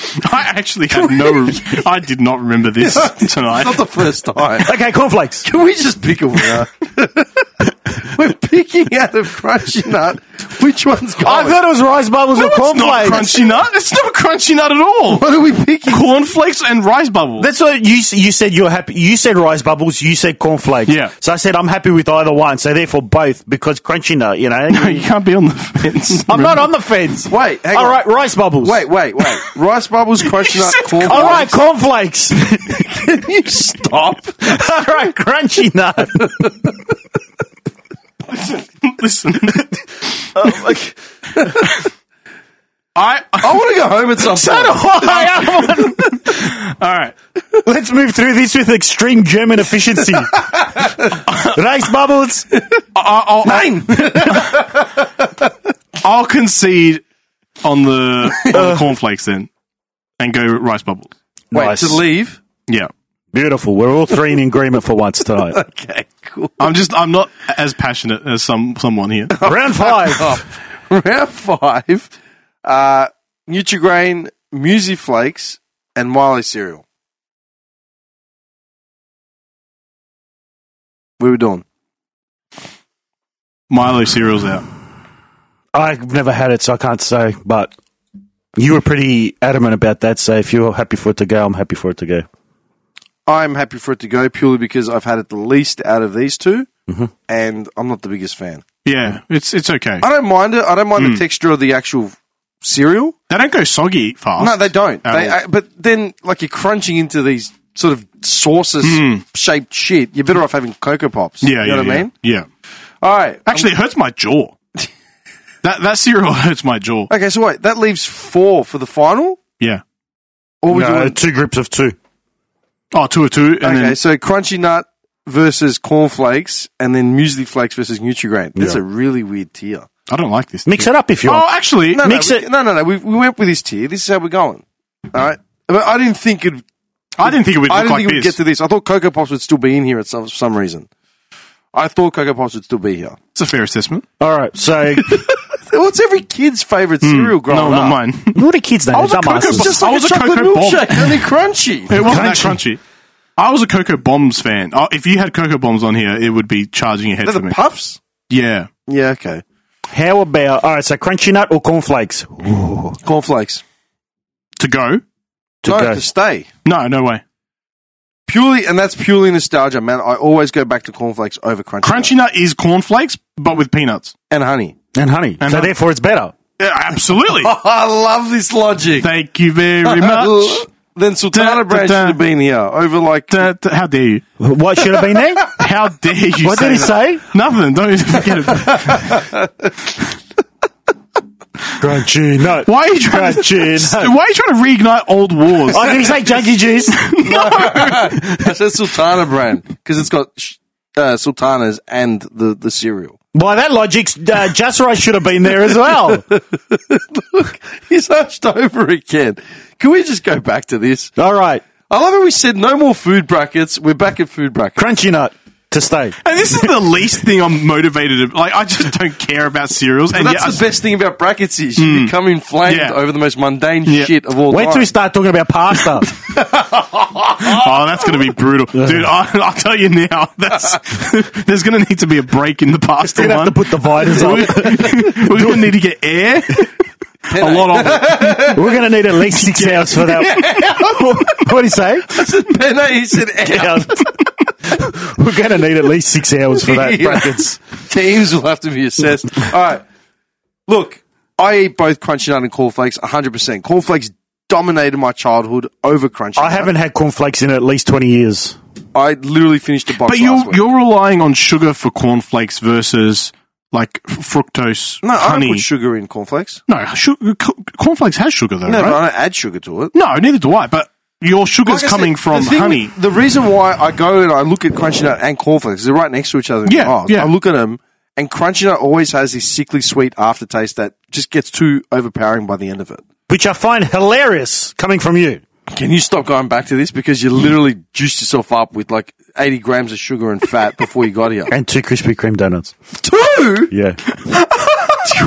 S1: I actually had no. I did not remember this
S2: It's not
S1: tonight.
S2: the first time.
S3: Okay, cornflakes.
S2: Can we just pick a winner? We're picking out of Crunchy Nut. Which one's going?
S3: I thought it was rice bubbles or
S1: It's not
S3: cornflakes.
S1: crunchy nut. It's not crunchy nut at all.
S2: what are we picking?
S1: Cornflakes and rice bubbles.
S3: That's what you s- you said. You're happy. You said rice bubbles. You said cornflakes.
S1: Yeah.
S3: So I said I'm happy with either one. So therefore both because crunchy nut. You know.
S1: you can't be on the fence.
S3: I'm not on the fence.
S2: Wait, hang
S3: All
S2: on.
S3: right, rice bubbles.
S2: Wait, wait, wait. Rice bubbles, Crunchy Nut,
S1: said
S2: corn.
S3: All right, cornflakes.
S2: you stop?
S3: All right, crunchy nut.
S1: Listen. I,
S2: I want to go home at some point.
S3: Why?
S1: all right.
S3: Let's move through this with extreme German efficiency. rice bubbles.
S1: I'll, I'll, I'll concede on the, on the cornflakes then, and go rice bubbles.
S2: Wait,
S3: Nice.
S2: to leave?
S1: Yeah,
S3: Beautiful. We're all three in agreement for once tonight.
S2: Okay, cool.
S1: I'm just I'm not as passionate as some someone here.
S3: Round five.
S2: Round five, uh, Nutrigrain, Musi Flakes, and Milo cereal. We were doing.
S1: Milo cereals out.
S3: I've never had it, so I can't say. But you were pretty adamant about that. So if you're happy for it to go, I'm happy for it to go.
S2: I'm happy for it to go purely because I've had it the least out of these 2
S1: Mm-hmm.
S2: and I'm not the biggest fan.
S1: Yeah, it's it's okay.
S2: I don't mind it. I don't
S1: Hmm.
S2: mind the texture of the actual cereal.
S1: They don't go soggy fast.
S2: No, they don't.
S1: At
S2: They,
S1: all.
S2: uh, but then, like, you're crunching into these sort of sauces shaped shit. You're better off having Cocoa Pops.
S1: Hmm. Yeah,
S2: You know
S1: yeah,
S2: what
S1: yeah,
S2: I mean?
S1: yeah.
S2: All right.
S1: Actually, it hurts my jaw. that that cereal hurts my jaw.
S2: Okay, so wait, that leaves four for the final?
S1: Yeah.
S2: Or we
S3: No,
S2: doing-
S3: two groups of two.
S1: Oh, two or two, and
S2: Okay,
S1: then
S2: so Crunchy Nut versus Cornflakes, and then Muesli Flakes versus Nutrigrain. That's a really weird tier.
S1: I don't like this.
S3: Mix
S1: tier.
S3: it up if you
S1: Oh,
S3: want.
S1: actually,
S2: No,
S3: Mix
S2: no,
S3: it-
S2: We, no, no, no. We, we went with this tier. This is how we're going. All right. But I didn't think it.
S1: I didn't think it would
S2: I
S1: look
S2: didn't
S1: like
S2: think we'd
S1: this.
S2: get to this. I thought Cocoa Pops would still be in here at some some reason. I thought Cocoa Pops would still be here.
S1: it's a fair assessment.
S3: All right, so
S2: What's every kid's favorite cereal growing
S1: Hmm. No,
S2: up?
S1: not mine.
S3: what are kids'
S2: I
S3: names?
S2: was a Cocoa
S3: Dumbasses.
S2: It's
S1: I
S2: Oh, just like
S1: was
S2: a
S1: a
S2: chocolate
S1: Cocoa Bomb.
S2: milkshake, only crunchy.
S1: It wasn't that crunchy. I was a Cocoa Bombs fan. Oh, if you had Cocoa Bombs on here, it would be charging ahead
S2: They're
S1: for
S2: the
S1: me.
S2: puffs.
S1: yeah.
S2: Yeah, okay.
S3: How about all right? So crunchy nut or cornflakes?
S2: Cornflakes.
S1: To go?
S3: To
S2: no,
S3: go.
S2: to stay.
S1: No, no way.
S2: Purely, and that's purely nostalgia, man. I always go back to cornflakes over crunchy,
S1: Crunchy Nut is cornflakes, but with peanuts.
S2: and honey.
S3: and honey.
S1: And
S3: so
S1: honey.
S3: therefore, it's better.
S1: Yeah, absolutely.
S2: Oh, I love this logic.
S1: Thank you very much.
S2: Then Sultana
S1: Da-
S2: Branch should
S1: da-
S2: have been here over like
S1: Da- da- how dare you?
S3: What should have been there?
S1: How dare you?
S3: What did he
S1: that?
S3: say?
S1: Nothing. Don't even forget it.
S3: Crunchy nut.
S1: Why are you trying to?
S3: Crunchy nut.
S1: Why are you trying to reignite old wars?
S3: Oh, did he say junkie juice?
S2: I said Sultana brand because it's got sh- uh, sultanas and the, the cereal.
S3: By that logic, uh, Just Right should have been there as well.
S2: He's hunched over again. Can we just go back to this?
S3: All right,
S2: I love how we said no more food brackets. We're back at food brackets.
S3: crunchy nut to stay.
S1: And this is the least thing I'm motivated. To, like I just don't care about cereals. And
S2: But that's
S1: yet I-
S2: the best thing about brackets is you become inflamed
S1: Hmm. Yeah.
S2: over the most mundane
S1: Yeah.
S2: shit of all
S3: Wait till
S2: time.
S3: we start talking about pasta.
S1: Oh, that's going to be brutal, dude. I, I'll tell you now. That's there's going to need to be a break in the pasta
S3: We're gonna have to
S1: one.
S3: put dividers up.
S1: We're going to need to get air. A lot of it.
S3: We're going to need at least six hours for that. what do you say?
S2: no, he said
S3: Hours. We're going to need at least six hours for that.
S2: Yeah.
S3: Brackets.
S2: teams will have to be assessed. All right. Look, I eat both Crunchy Nut and Cornflakes 100%. Cornflakes dominated my childhood over Crunchy
S3: I
S2: Nut.
S3: haven't had cornflakes in at least twenty years.
S2: I literally finished a
S1: But
S2: box last
S1: you're
S2: week.
S1: you're relying on sugar for cornflakes versus like fructose,
S2: no, I don't
S1: honey.
S2: put sugar in cornflakes.
S1: no, sugar, co- cornflakes has sugar though,
S2: No, but
S1: right?
S2: I don't add sugar to it.
S1: No, neither do I. But your sugar's
S2: Like I said,
S1: coming from
S2: the thing
S1: honey.
S2: with- the reason why I go and I look at Crunchy Nut and Cornflakes, they're right next to each other. in
S1: Yeah,
S2: my eyes.
S1: yeah.
S2: I look at them, and Crunchy Nut always has this sickly sweet aftertaste that just gets too overpowering by the end of it.
S3: which I find hilarious coming from you.
S2: Can you stop going back to this? Because you literally juiced yourself up with like 80 grams of sugar and fat before you got here.
S3: And two Krispy Kreme donuts.
S2: Two?
S3: Yeah.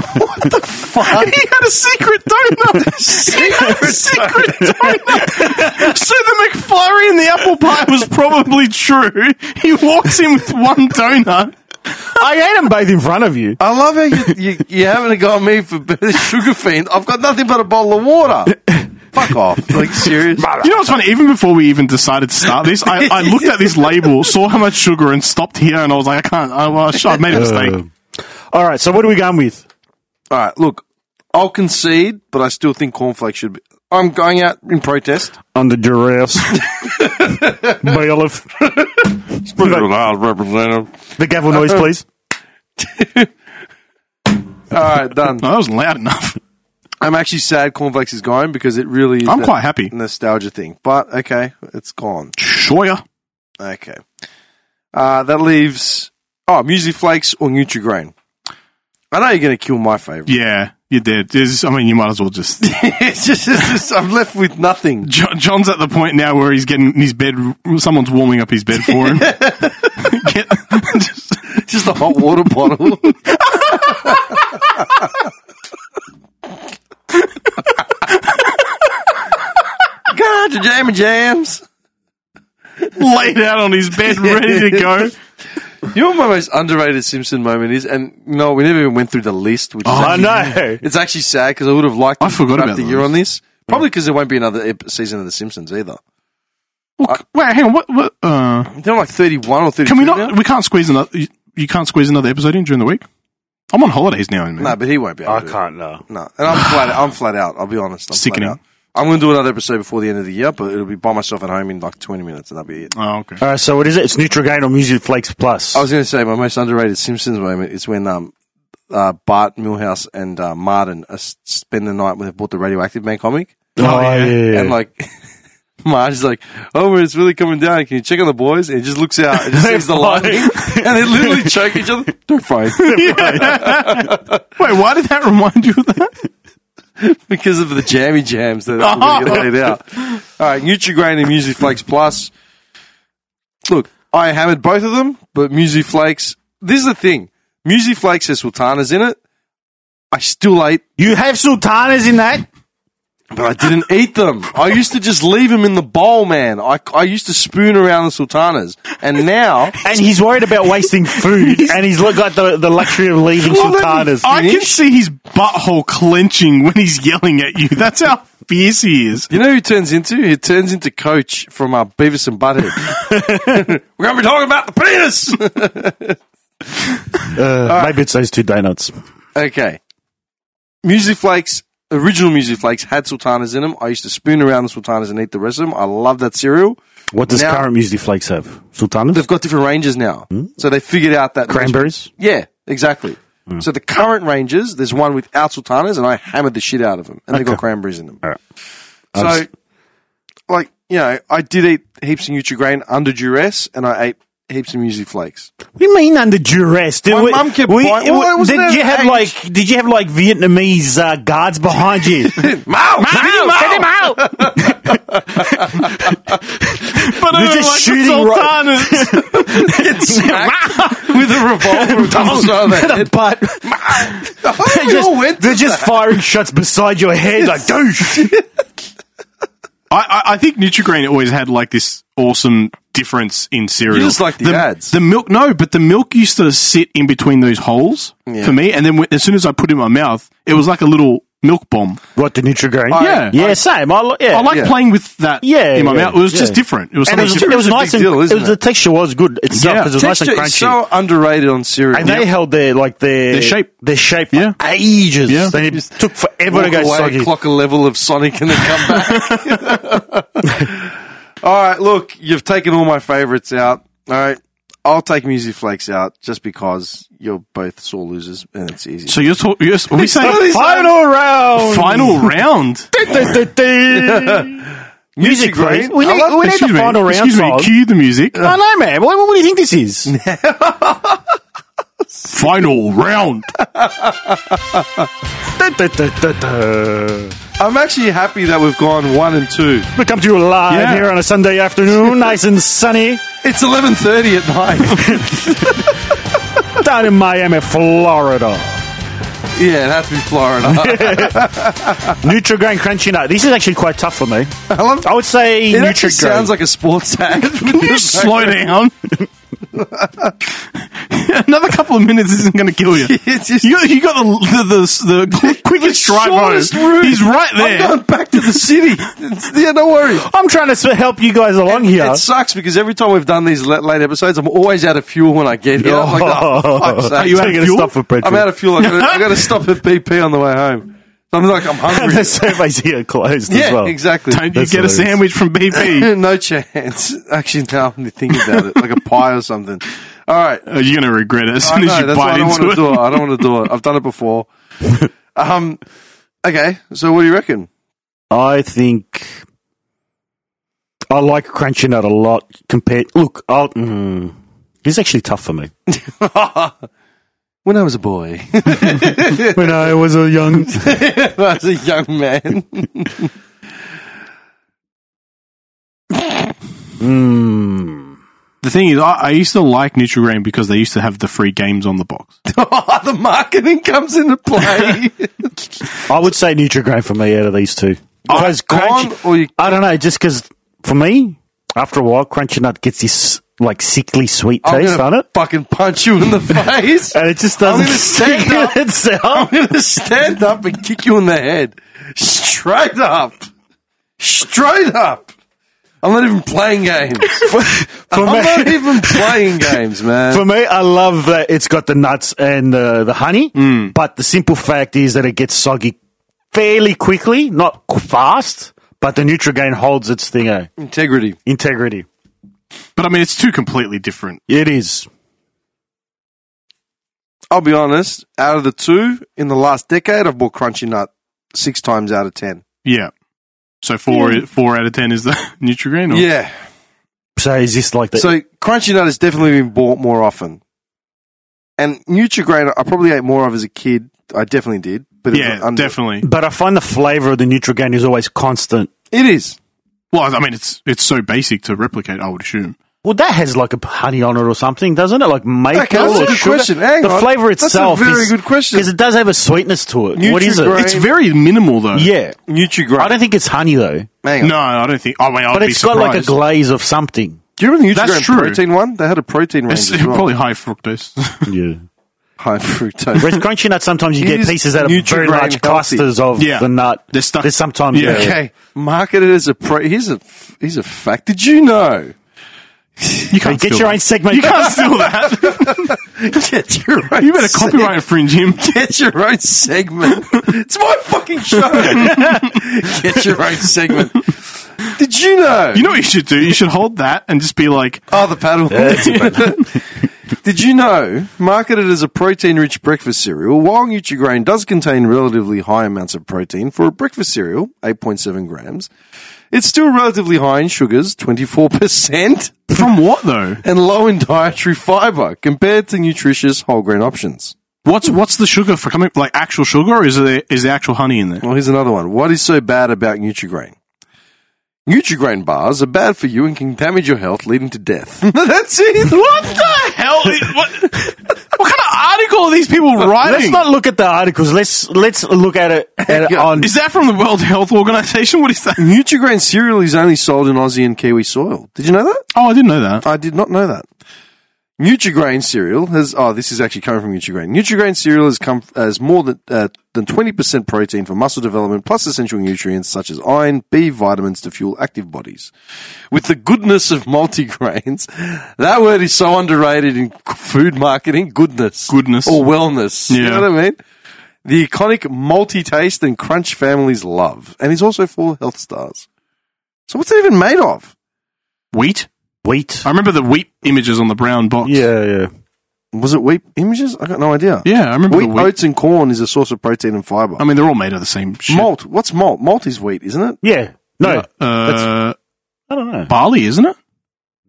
S1: He had a secret donut. He had a secret donut. So the McFlurry and the apple pie was probably true. He walks in with one donut.
S3: I ate them both in front of you.
S2: I love how you, you, you haven't got me for being a sugar fiend. I've got nothing but a bottle of water. Fuck off. Like, serious?
S1: You know what's funny? Even before we even decided to start this, I, I looked at this label, saw how much sugar, and stopped here. And I was like, I can't. I, well, sh- I
S3: Uh,
S1: made a mistake.
S3: All right, so what are we going with?
S2: All right, look, I'll concede, but I still think cornflakes should be. I'm going out in protest.
S3: Under duress. Bailiff. The gavel noise, please.
S2: All right, done.
S1: no, that wasn't loud enough.
S2: I'm actually sad cornflakes is gone because it really is
S1: I'm
S2: that
S1: quite happy.
S2: nostalgia thing. But okay, it's gone.
S1: Shoya.
S2: Okay. Uh, that leaves oh, Muesli Flakes or Nutrigrain. I know you're going to kill my favorite.
S1: Yeah, you did. There's- I mean, you might as well just.
S2: it's, just, it's just I'm left with nothing.
S1: John, John's at the point now where he's getting in his bed. Someone's warming up his bed for him. Get-
S2: It's just a hot water bottle. God, your jam and jams.
S1: laid out on his bed, ready to go.
S2: You know what my most underrated Simpson moment is, and no, we never even went through the list. Which is
S3: I
S2: actually-
S3: know.
S2: It's actually sad because I would have liked.
S1: Oh, I
S2: to
S1: forgot
S2: wrap
S1: about
S2: the year
S1: those.
S2: on this, probably because there won't be another ep- season of The Simpsons either.
S1: Well, c- wait, hang on. What? what uh,
S2: They're like thirty-one or thirty.
S1: can we not? We can't squeeze another. You, you can't squeeze another episode in during the week. I'm on holidays now, man.
S2: No, but he won't be. Able to do it.
S3: know.
S2: No, and I'm flat. I'm flat out. I'll be honest. I'm
S1: Sickening.
S2: Flat out. I'm going to do another episode before the end of the year, but it'll be by myself at home in like twenty minutes, and that'll be it.
S1: oh, okay.
S3: All right, so what is it? It's Nutrigrain or Music Flakes Plus.
S2: I was going to say my most underrated Simpsons moment is when um, uh, Bart Milhouse and uh, Martin uh, s- spend the night when they bought the radioactive man comic,
S3: oh, yeah.
S2: and like Marge is like, "Oh, it's really coming down. Can you check on the boys?" And he just looks out and just sees the lightning, and they literally choke each other. They're fine
S1: Wait, why did that remind you of that?
S2: because of the jammy jams that are going to get laid out. All right, Nutrigrain and Muesli Flakes Plus. Look, I hammered both of them, but Muesli Flakes. This is the thing: Muesli Flakes has sultanas in it. I still ate
S3: You have sultanas in that?
S2: But I didn't eat them. I used to just leave them in the bowl, man. I, I used to spoon around the sultanas. And now.
S3: And he's worried about wasting food, and he's look like the, the luxury of leaving
S1: Well, let me-
S3: sultanas.
S1: I can
S2: finish.
S1: see his butthole clenching when he's yelling at you. That's how fierce he is.
S2: You know who he turns into? He turns into Coach from uh, Beavis and Butthead. We're going to be talking about the penis!
S3: Uh, Maybe it's those two donuts.
S2: okay. Music Flakes, original Music Flakes, had sultanas in them. I used to spoon around the sultanas and eat the rest of them. I love that cereal.
S3: What does
S2: Now-
S3: current muesli flakes have? Sultanas?
S2: They've got different ranges now.
S3: Hmm?
S2: So they figured out that.
S3: Cranberries?
S2: Yeah, exactly.
S3: Hmm.
S2: So the current ranges, there's one without sultanas, and I hammered the shit out of them, and they got
S3: Okay.
S2: cranberries in them.
S3: All right.
S2: So,
S3: I was-
S2: like you know, I did eat heaps of Nutrigrain under duress, and I ate heaps of Muesli Flakes.
S3: What do you mean under duress? Did
S2: My mum kept buying- Well, it wasn't
S3: did you
S2: an
S3: have
S2: age.
S3: like did you have like Vietnamese uh, guards behind you?
S2: Mao, Mao, Mao!
S1: out! but I
S3: They're
S1: don't
S3: just
S1: like
S3: shooting
S1: the sultanas.
S2: Smack with a revolver on the side of the head.
S3: but
S2: Oh, we
S3: just-
S2: all went
S3: they're
S2: to
S3: just firing shots beside your head like douche.
S1: I, I, I think Nutrigrain always had like this awesome difference in cereal.
S2: You just like the ads.
S1: The milk, no, but the milk used to sit in between those holes for me, and then when, as soon as I put it in my mouth, it was like a little milk bomb.
S3: What the Nutrigrain?
S2: I-
S1: yeah.
S3: yeah, same. I, li- yeah.
S1: I like
S2: yeah.
S1: playing with that
S3: Yeah,
S1: in my
S3: yeah,
S1: mouth. It was just
S3: yeah.
S1: different. It was
S3: and it
S1: something
S3: was, it
S1: different.
S3: was
S2: It's a
S3: nice
S2: big
S3: and
S2: deal,
S3: it
S2: isn't
S3: was, the texture was good itself
S1: Yeah.
S3: because it was
S2: Texture
S3: nice and
S2: is so
S3: crunchy.
S2: underrated on cereal.
S3: and they held their like their
S1: Their shape.
S3: their shape for
S1: Yeah.
S3: ages.
S1: Yeah.
S3: And it took forever to
S2: Walk
S3: go
S2: away,
S3: soggy.
S2: clock a level of Sonic and then come back. all right, look, you've taken all my favourites out. All right, I'll take Music Flakes out just because you're both sore losers and it's easy.
S1: so you're talking. Yes, are we saying
S3: Final round.
S1: final round?
S2: Music
S3: please.
S2: Green,
S3: We
S2: I
S3: need,
S2: love-
S3: we need the
S1: Excuse me.
S3: final round
S1: Excuse me.
S3: song.
S1: Cue the music.
S3: I know, man. What, what do you think this is?
S1: Final round.
S2: I'm actually happy that we've gone one and two.
S3: we come to you live
S1: Yeah.
S3: here on a Sunday afternoon, nice and sunny,
S2: It's 11:30 at night.
S3: down in Miami, Florida.
S2: yeah, it has to be Florida.
S3: Nutrigrain Crunchy Nut. This is actually quite tough for me.
S2: I love.
S3: I would say
S2: It actually
S3: Nutrigrain.
S2: sounds like a sports ad.
S1: Just slow down. Another couple of minutes isn't going to kill you.
S2: It's just-
S1: you, you got the the, the, the quickest drive home.
S2: shortest route.
S1: He's right
S2: I'm
S1: there.
S2: going back to the city. It's- yeah, no worries.
S3: I'm trying to s- help you guys along here.
S2: It sucks because every time we've done these late, late episodes, I'm always out of fuel when I get here. I'm like, oh, fuck's sake.
S1: Are you out of
S3: Taking a
S1: fuel?
S3: stop for petrol.
S2: I'm out of fuel. I gotta, I gotta stop at BP on the way home. So I'm like, I'm
S3: and
S2: hungry.
S3: the surveys here closed
S2: yeah,
S3: as well.
S2: exactly.
S1: Don't you
S3: That's
S1: get
S3: hilarious.
S1: a sandwich from BP?
S2: no chance. Actually, now I'm thinking about it, like a pie or something. All right.
S1: Oh, you're going to regret it as
S2: I
S1: soon
S2: know,
S1: as you
S2: that's why I
S1: bite
S2: don't want to
S1: into
S2: do
S1: it.
S2: it. I don't want to do it. I've done it before. Um, okay. So what do you reckon?
S3: I think I like Crunchy Nut a lot compared. Look, I'll, mm, it's actually tough for me.
S2: When I was a boy,
S3: when I was a young.
S2: when I was a young man.
S3: Mm.
S1: The thing is, I, I used to like Nutrigrain because they used to have the free games on the box.
S2: the marketing comes into play.
S3: I would say Nutrigrain for me out of these two.
S2: Oh,
S3: Because
S2: Gone
S3: Crunchy,
S2: or you
S3: I don't know, just because for me, after a while, Crunchy Nut gets this like sickly sweet
S2: I'm
S3: taste
S2: gonna
S3: on it.
S2: Fucking punch you in the face.
S3: And it just
S2: I'm
S3: doesn't uh,
S2: gonna stand
S3: stick in
S2: up.
S3: itself.
S2: I'm gonna stand up and kick you in the head. Straight up. Straight up. I'm not even playing games.
S3: For
S2: I'm not
S3: me,
S2: even playing games, man.
S3: for me, I love that it's got the nuts and the, the honey,
S2: Mm.
S3: but the simple fact is that it gets soggy fairly quickly, not qu- fast, but the Nutrigrain holds its thing, eh?
S2: Integrity.
S3: Integrity.
S1: But I mean, it's two completely different.
S3: It is.
S2: I'll be honest. Out of the two in the last decade, I've bought Crunchy Nut six times out of ten.
S1: Yeah. So four four out of ten is the Nutrigrain. or-
S2: Yeah.
S3: So is this like the?
S2: So Crunchy Nut has definitely been bought more often. And Nutrigrain, I probably ate more of as a kid. I definitely did. But it was
S1: yeah,
S2: under-
S1: definitely.
S3: but I find the flavour of the Nutrigrain is always constant.
S2: It is.
S1: Well, I mean, it's it's so basic to replicate. I would assume.
S3: Well, that has like a honey on it or something, doesn't it? Like maple
S2: Okay, that's a
S3: or
S2: good
S3: sugar.
S2: question. Hang
S3: the
S2: on.
S3: flavour
S2: That's a
S3: itself
S2: very
S3: is
S2: good question.
S3: because it does have a sweetness to it. what is
S2: Nutrigrain-
S3: it?
S1: It's very minimal though.
S3: Yeah, I
S2: Nutrigrain.
S3: don't think it's honey though,
S2: Hang on.
S1: No, I don't think. I mean, I'd
S3: but
S1: be
S3: it's got
S1: surprised.
S3: like a glaze of something.
S2: Do you remember the
S1: That's
S2: Nutrigrain
S1: true.
S2: protein one? They had a protein range
S1: it's
S2: as well.
S1: probably high fructose.
S3: Yeah.
S2: high fructose.
S3: Whereas crunchy nut, sometimes you
S2: It
S3: get
S2: is
S3: pieces that are very
S2: Nutrigrain
S3: large
S2: healthy.
S3: clusters of
S1: Yeah.
S3: the nut.
S1: They're stuck.
S3: There's sometimes
S1: Yeah.
S3: yeah.
S2: Okay, marketed as a pro. Here's a here's a fact. Did you know?
S1: you can't
S3: Get
S1: steal
S3: your
S1: that.
S3: own segment.
S1: You can't steal that.
S2: Get your own.
S1: you better copyright infringe him.
S2: se- Get your own segment. it's my fucking show. Get your own segment. Did you know?
S1: You know what you should do? You should hold that and just be like,
S2: oh, the paddle. Did you know? Marketed as a protein-rich breakfast cereal, while Nutrigrain does contain relatively high amounts of protein for a breakfast cereal, eight point seven grams, it's still relatively high in sugars, twenty-four percent.
S1: from what though?
S2: and low in dietary fiber compared to nutritious whole grain options.
S1: What's what's the sugar for coming? Like actual sugar, or is there is there actual honey in there?
S2: Well, here's another one. What is so bad about Nutrigrain? Nutrigrain bars are bad for you and can damage your health, leading to death. That's it.
S1: What the hell? Is, what, what kind of article are these people
S3: Let's
S1: writing?
S3: not look at the articles. Let's let's look at it at,
S2: Yeah.
S3: on.
S1: is that from the World Health Organization? What is that?
S2: Nutrigrain cereal is only sold in Aussie and Kiwi soil. Did you know that?
S1: Oh, I didn't know that.
S2: I did not know that. Nutrigrain cereal has. Oh, this is actually coming from Nutrigrain. Nutrigrain cereal has come as more than uh, than twenty percent protein for muscle development, plus essential nutrients such as iron, B vitamins to fuel active bodies. With the goodness of multigrains, that word is so underrated in food marketing. Goodness,
S1: Goodness.
S2: or wellness. You
S1: Yeah.
S2: know what I mean. The iconic multi-taste and crunch families love, and he's also full of health stars. So what's it even made of?
S1: Wheat.
S3: Wheat.
S1: I remember the wheat images on the brown box.
S3: Yeah, yeah.
S2: Was it wheat images? I got no idea.
S1: yeah. I remember
S2: Wheat,
S1: the wheat.
S2: oats, and corn is a source of protein and fiber.
S1: I mean, they're all made of the same shit.
S2: malt. What's malt? Malt is wheat, isn't it?
S3: Yeah. No,
S1: uh,
S3: I don't know.
S1: barley, isn't it?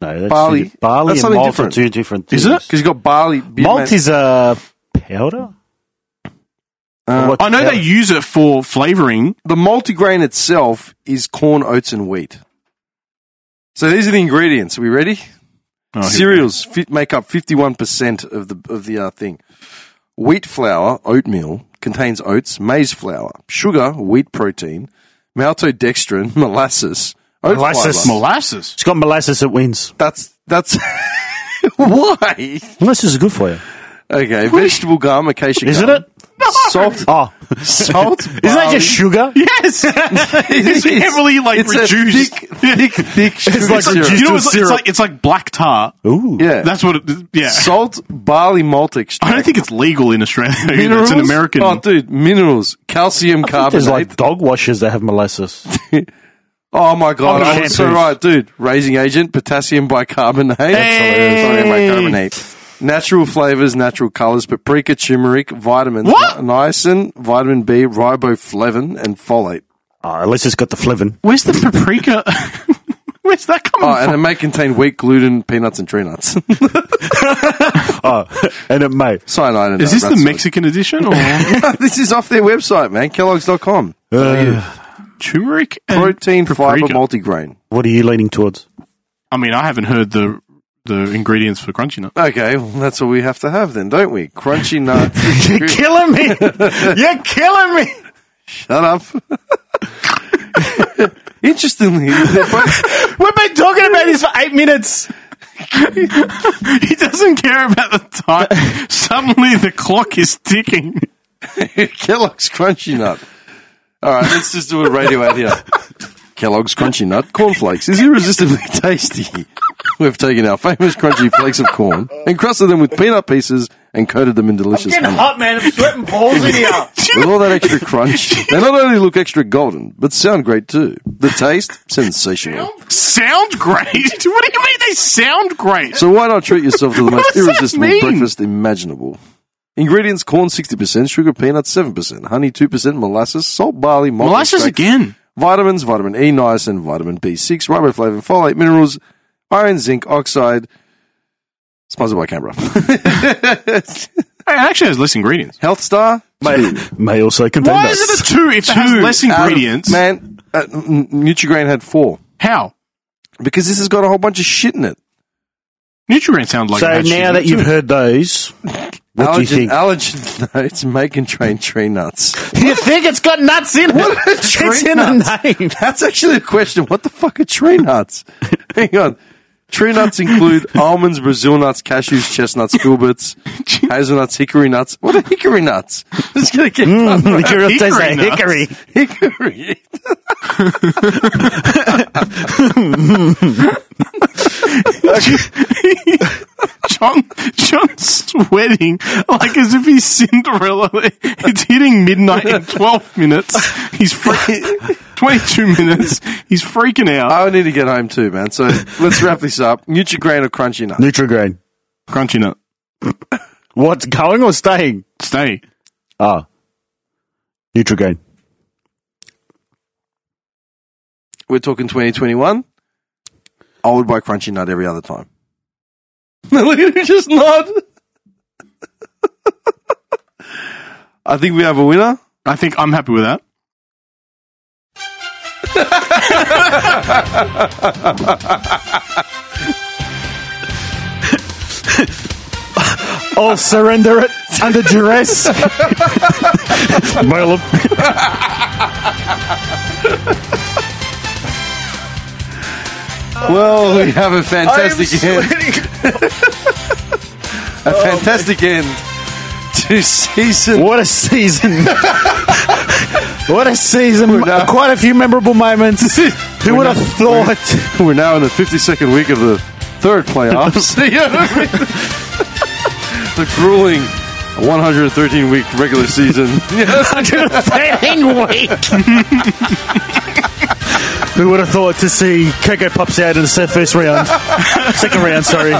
S3: No, that's
S2: Barley.
S3: two di- barley
S2: That's
S3: and
S2: something
S3: malt
S2: different.
S3: are two different things.
S1: Is it?
S2: Because you got barley. beer
S3: Malt
S2: ma-
S3: is a powder.
S2: Uh,
S3: What's
S1: I know they
S3: powder?
S1: use it for flavoring.
S2: the multigrain itself is corn, oats, and wheat. So these are the ingredients. Are we ready?
S1: Oh, here-
S2: Cereals fit, make up fifty-one percent of the of the uh, thing. Wheat flour, oatmeal contains oats, maize flour, sugar, wheat protein, maltodextrin, molasses, oat
S3: Molasses.
S2: fiber.
S1: Molasses.
S3: It's got molasses that wins.
S2: That's that's why.
S3: Molasses is good for you,
S2: Okay, vegetable gum, acacia
S3: isn't
S2: gum.
S3: it?
S2: Salt,
S3: Oh,
S2: salt.
S3: isn't that just sugar?
S1: Yes. it's heavily like
S2: it's
S1: reduced.
S2: A thick, thick, thick sugar
S3: like
S2: syrup.
S3: reduced-
S1: you know,
S3: to
S1: it's, like-
S3: syrup.
S1: it's like it's like black tar.
S3: Ooh,
S2: Yeah,
S1: That's what. It, yeah.
S2: salt, barley malt extract.
S1: I don't think it's legal in Australia.
S2: minerals.
S1: it's an American.
S2: Oh, dude, minerals, calcium
S3: I think
S2: carbonate.
S3: there's like dog washers that have molasses.
S2: oh my god,
S3: Oh,
S2: I was so
S3: shampoos.
S2: right, dude. Raising agent, potassium bicarbonate.
S1: hilarious.
S2: Sodium bicarbonate. Natural flavors, natural colors, paprika, turmeric, vitamins,
S1: What?
S2: ni- niacin, vitamin B, riboflavin, and folate.
S3: Oh, at least it's got the flavin.
S1: Where's the paprika? Where's that coming
S2: Oh, and it may contain wheat, gluten, peanuts, and tree nuts.
S3: And it may.
S2: Cyanide. And
S1: from? Is
S2: uh,
S1: this
S2: rat
S1: the
S2: soy.
S1: Mexican edition or
S2: this is off their website, man. Kellogg's.com.
S3: Uh,
S1: turmeric and
S2: Protein,
S1: paprika?
S2: fiber, multigrain.
S3: what are you leaning towards?
S1: I mean, I haven't heard the the ingredients for crunchy nut.
S2: Okay, well, that's what we have to have then, don't we? Crunchy nuts.
S3: You're killing me. You're killing me.
S2: Shut up. Interestingly, they're both-
S3: We've been talking about this for eight minutes.
S1: He doesn't care about the time. Suddenly, the clock is ticking.
S2: Kellogg's Crunchy Nut. All right, let's just do a radio ad here. Kellogg's Crunchy Nut cornflakes is irresistibly tasty. We've taken our famous crunchy flakes of corn and crusted them with peanut pieces and coated them in delicious honey.
S3: man. I'm sweating balls in here.
S2: With all that extra crunch, they not only look extra golden, but sound great too. The taste, sensational.
S1: Sound great? What do you mean they sound great?
S2: So why not treat yourself to the
S1: What
S2: most
S1: does that
S2: irresistible
S1: mean?
S2: breakfast imaginable? Ingredients: corn sixty percent, sugar, peanuts seven percent, honey two percent, molasses, salt, barley, malt
S1: Molasses
S2: extract,
S1: again.
S2: vitamins, vitamin E, niacin, vitamin B6, riboflavin, folate, minerals, iron, zinc oxide. Sponsored by Canberra.
S1: Hey, It actually has less ingredients.
S2: Health Star.
S3: May, may also contain
S1: Why
S3: that.
S1: is it a two? It has less
S2: out of-
S1: ingredients.
S2: man, uh, N- Nutrigrain had four
S1: How?
S2: because this has got a whole bunch of shit in it.
S1: Nutrient sounds like. it
S3: so
S1: has shit
S3: now
S1: in
S3: that
S1: it
S3: you've
S1: too.
S3: heard those, what do you think?
S2: Allergen notes, make and train tree nuts.
S3: you think it's got nuts in it? it's in the name.
S2: That's actually a question. What the fuck are tree nuts? Hang on. Tree nuts include almonds, Brazil nuts, cashews, chestnuts, filberts, hazelnuts, hickory nuts. What are hickory nuts? It's gonna get
S3: Mm, Kirill
S1: Hickory
S3: tastes like
S1: nuts.
S3: hickory.
S2: hickory.
S1: John John's sweating like as if he's Cinderella. It's hitting midnight in twelve minutes. He's freaking twenty-two minutes. He's freaking out.
S2: I need to get home too, man. So let's wrap this up. Nutrigrain or crunchy nuts?
S3: Nutrigrain.
S1: Crunchy nut.
S3: What's going or staying?
S1: Stay.
S3: Ah, Nutrigrain.
S2: We're talking 2021. I would buy crunchy nut every other time. Look at him just nod. I think we have a winner.
S1: I think I'm happy with that.
S3: I'll surrender it under duress. Mail of-
S2: Well, we have a fantastic end. A fantastic end to season.
S3: What a season! what a season!
S2: now-
S3: Quite a few memorable moments. Who would have thought?
S2: We're now in the 52nd week of the third playoffs. the grueling 113 week regular season.
S3: Who would have thought to see Coco pops out in the se- first round, second round? Sorry.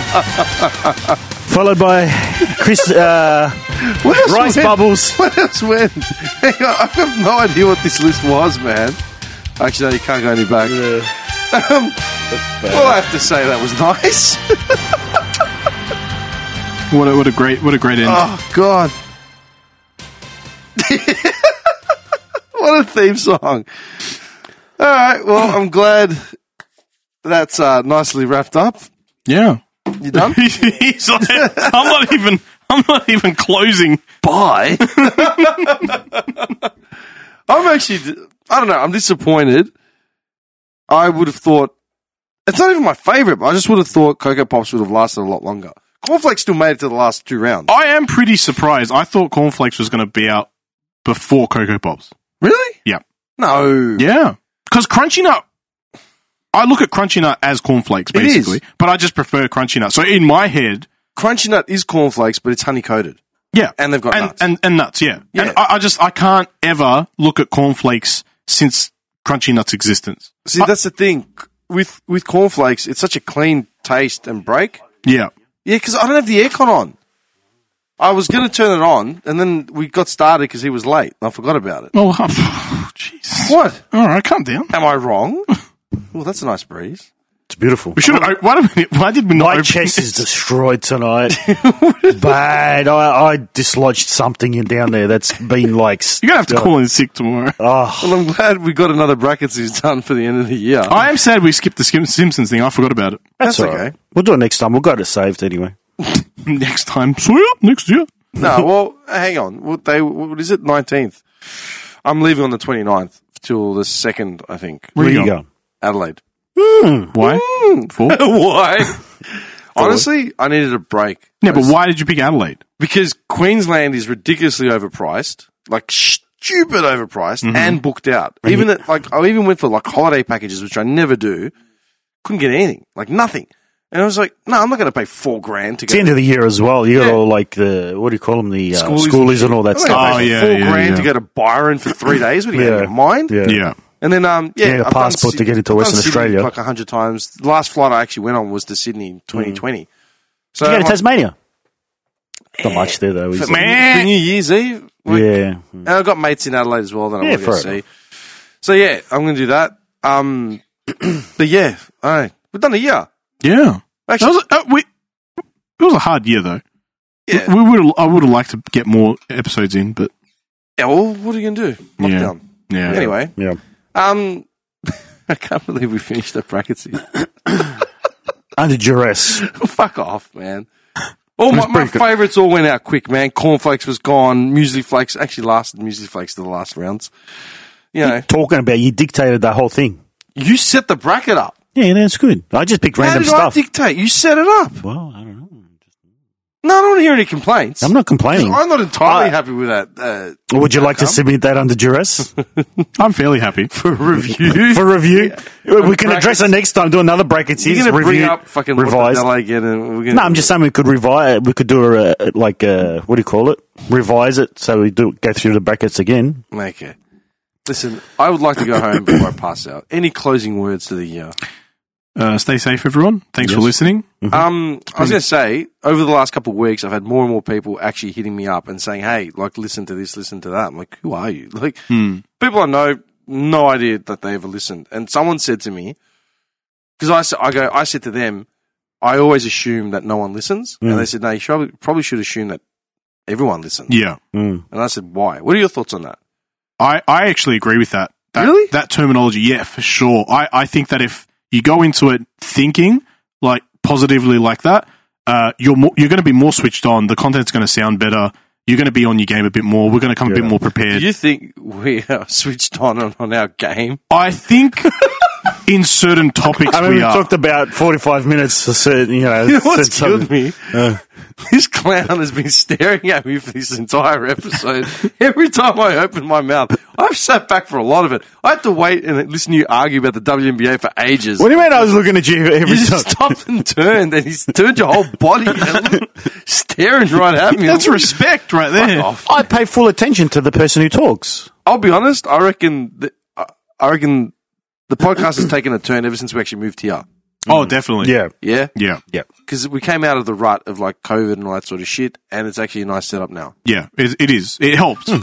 S3: Followed by Chris uh,
S2: What else
S3: Rice
S2: went-
S3: Bubbles.
S2: What else went? Hang on, I've got no idea what this list was, man. Actually, no, you can't go any back. Um, well, I have to say that was nice.
S1: What a, what a great what a great end.
S2: Oh God! what a theme song! All right. Well, I'm glad that's uh, nicely wrapped up.
S1: yeah.
S2: You done?
S1: He's like, I'm not even I'm not even closing.
S2: Bye. I'm actually. I don't know. I'm disappointed. I would have thought it's not even my favorite. But I just would have thought Cocoa Pops would have lasted a lot longer. Cornflakes still made it to the last two rounds.
S1: I am pretty surprised. I thought cornflakes was going to be out before Cocoa Pops.
S2: Really?
S1: Yeah.
S2: No.
S1: Yeah. Because Crunchy Nut, I look at Crunchy Nut as cornflakes,
S2: It is.
S1: basically, but I just prefer Crunchy Nut. So in my head,
S2: Crunchy Nut is cornflakes, but it's honey coated,
S1: yeah.
S2: and they've got
S1: and,
S2: nuts.
S1: and, and nuts, yeah.
S2: Yeah.
S1: And I, I just, I can't ever look at cornflakes since Crunchy Nut's existence.
S2: See, that's the thing with with cornflakes. It's such a clean taste and break.
S1: Yeah.
S2: Yeah, because I don't have the aircon on. I was going to turn it on, and then we got started because he was late. I forgot about it.
S1: Oh, jeez.
S2: What?
S1: All right, calm down.
S2: Am I wrong? well, that's a nice breeze.
S3: It's beautiful.
S1: We should have, wait a minute, why did we not
S3: My
S1: open
S3: chest
S1: this?
S3: is destroyed tonight. Bad. I, I dislodged something in down there that's been like.
S1: You're going to have to call in sick tomorrow.
S3: Oh,
S2: Well, I'm glad we got another brackets he's done for the end of the year.
S1: I am sad we skipped the Skim- Simpsons thing. I forgot about it.
S2: that's
S3: all right. We'll do it next time. We'll got it saved anyway.
S1: Next time. So, yeah, next year.
S2: no, well, hang on. What they? What is it? Nineteenth. I'm leaving on the 29th till the second, I think.
S1: Where you
S3: go?
S2: Adelaide.
S1: Why? For?
S2: Why? Honestly, I needed a break.
S1: No, but why did you pick Adelaide?
S2: because Queensland is ridiculously overpriced, like stupid overpriced,
S3: Mm-hmm.
S2: and booked out. Even at, like I even went for like holiday packages, which I never do. Couldn't get anything, like nothing. And I was like, no, I'm not going to pay four grand to
S3: It's the
S2: go.
S3: end of the year as well. You got
S2: Yeah.
S3: all like the what do you call them? The uh,
S2: Schoolies
S3: schoolies,
S2: and
S3: and, all that
S2: I'm
S1: Oh,
S2: not gonna
S3: stuff.
S2: pay
S1: yeah,
S2: four
S1: yeah,
S2: grand
S1: yeah.
S2: to go to Byron for three days. What do you have
S3: Yeah.
S2: in your mind?
S3: Yeah.
S1: Yeah.
S2: And then, um, yeah,
S3: Yeah, a
S2: I've done
S3: passport to
S2: Syd-
S3: get into
S2: I've
S3: Western
S2: done Sydney,
S3: Australia. Mm.
S2: like a hundred times. The last flight I actually went on was to Sydney, 2020. So
S3: You go
S2: I'm
S3: to
S2: like,
S3: Tasmania. Not much there though. Is
S2: for New Year's Eve,
S3: it?
S2: like,
S3: Yeah.
S2: And I've got mates in Adelaide as well that I
S3: Yeah,
S2: want to go
S3: fair
S2: see. So yeah, I'm going to do that. Um, but yeah, all right, we've done a year.
S1: Yeah. That
S2: Actually,
S1: was, uh, we, it was a hard year, though.
S2: yeah.
S1: We would. I would have liked to get more episodes in, but
S2: yeah. Well, what are you going to do?
S1: Yeah.
S2: Lockdown.
S1: yeah.
S2: Anyway,
S3: Yeah.
S2: um, I can't believe we finished the brackets. Here.
S3: Under duress.
S2: Fuck off, man. All my,
S1: was
S2: my
S1: pretty good.
S2: favourites all went out quick, man. Cornflakes was gone. Muesli flakes actually lasted. Muesli flakes to the last rounds. You know,
S3: Talking about you dictated that whole thing.
S2: you set the bracket up.
S3: Yeah, that's good. I just picked
S2: How
S3: random
S2: did
S3: stuff.
S2: I dictate? You set it up.
S3: well, I don't know.
S2: No, I don't want to hear any complaints.
S3: I'm not complaining.
S2: I'm not entirely
S3: I-
S2: happy with that. Uh,
S3: Would you like to submit that under duress
S1: I'm fairly happy.
S2: for review.
S3: for review? We can
S2: Brackets.
S3: address it next time. Do another brackets.
S2: You're
S3: is
S2: going to bring
S3: review,
S2: up fucking
S3: revised.
S2: What the hell I get and we're gonna
S3: No, I'm just saying we could revise. We could do a, a like a, what do you call it? Revise it so we do go through the brackets again.
S2: Okay. Listen, I would like to go home before I pass out. Any closing words to the year?
S1: Uh, stay safe, everyone. Thanks for listening.
S3: Mm-hmm.
S2: Um, I was going to say, over the last couple of weeks, I've had more and more people actually hitting me up and saying, "Hey, like, listen to this, listen to that." I'm like, "Who are you?" Like, people I know, no idea that they ever listened. And someone said to me, because I, s- I go, I said to them, I always assume that no one listens, and they said, "No, you probably, probably should assume that everyone listens."
S1: Yeah.
S3: Mm.
S2: And I said, "Why? What are your thoughts on that?"
S1: I, I actually agree with that. that.
S2: Really?
S1: That terminology, yeah, for sure. I, I think that if you go into it thinking like positively like that, uh, you're more, you're going to be more switched on. The content's going to sound better. You're going to be on your game a bit more. We're going to come a bit more
S2: Do
S1: prepared.
S2: you think we are switched on on- on our game?
S1: I think in certain topics
S3: I mean, we,
S1: we are.
S3: talked about 45 minutes for certain, you know.
S2: You know what's
S3: certain-
S2: killed me?
S3: Uh.
S2: This clown has been staring at me for this entire episode. Every time I open my mouth, I've sat back for a lot of it. I had to wait and listen to you argue about the WNBA for ages.
S3: What do you mean I was looking at you every
S2: you
S3: time?
S2: just stopped and turned, and he's turned your whole body, and looked- staring right at me.
S1: That's respect right there.
S2: off.
S3: I pay full attention to the person who talks.
S2: I'll be honest. I reckon. The, I- I reckon the podcast has taken a turn ever since we actually moved here.
S1: Oh, definitely.
S3: Yeah.
S2: Yeah,
S1: Yeah.
S3: Yeah.
S2: because we came out of the rut of like COVID and all that sort of shit, and it's actually a nice setup now.
S1: Yeah. It, it is. It helps.
S2: Hmm.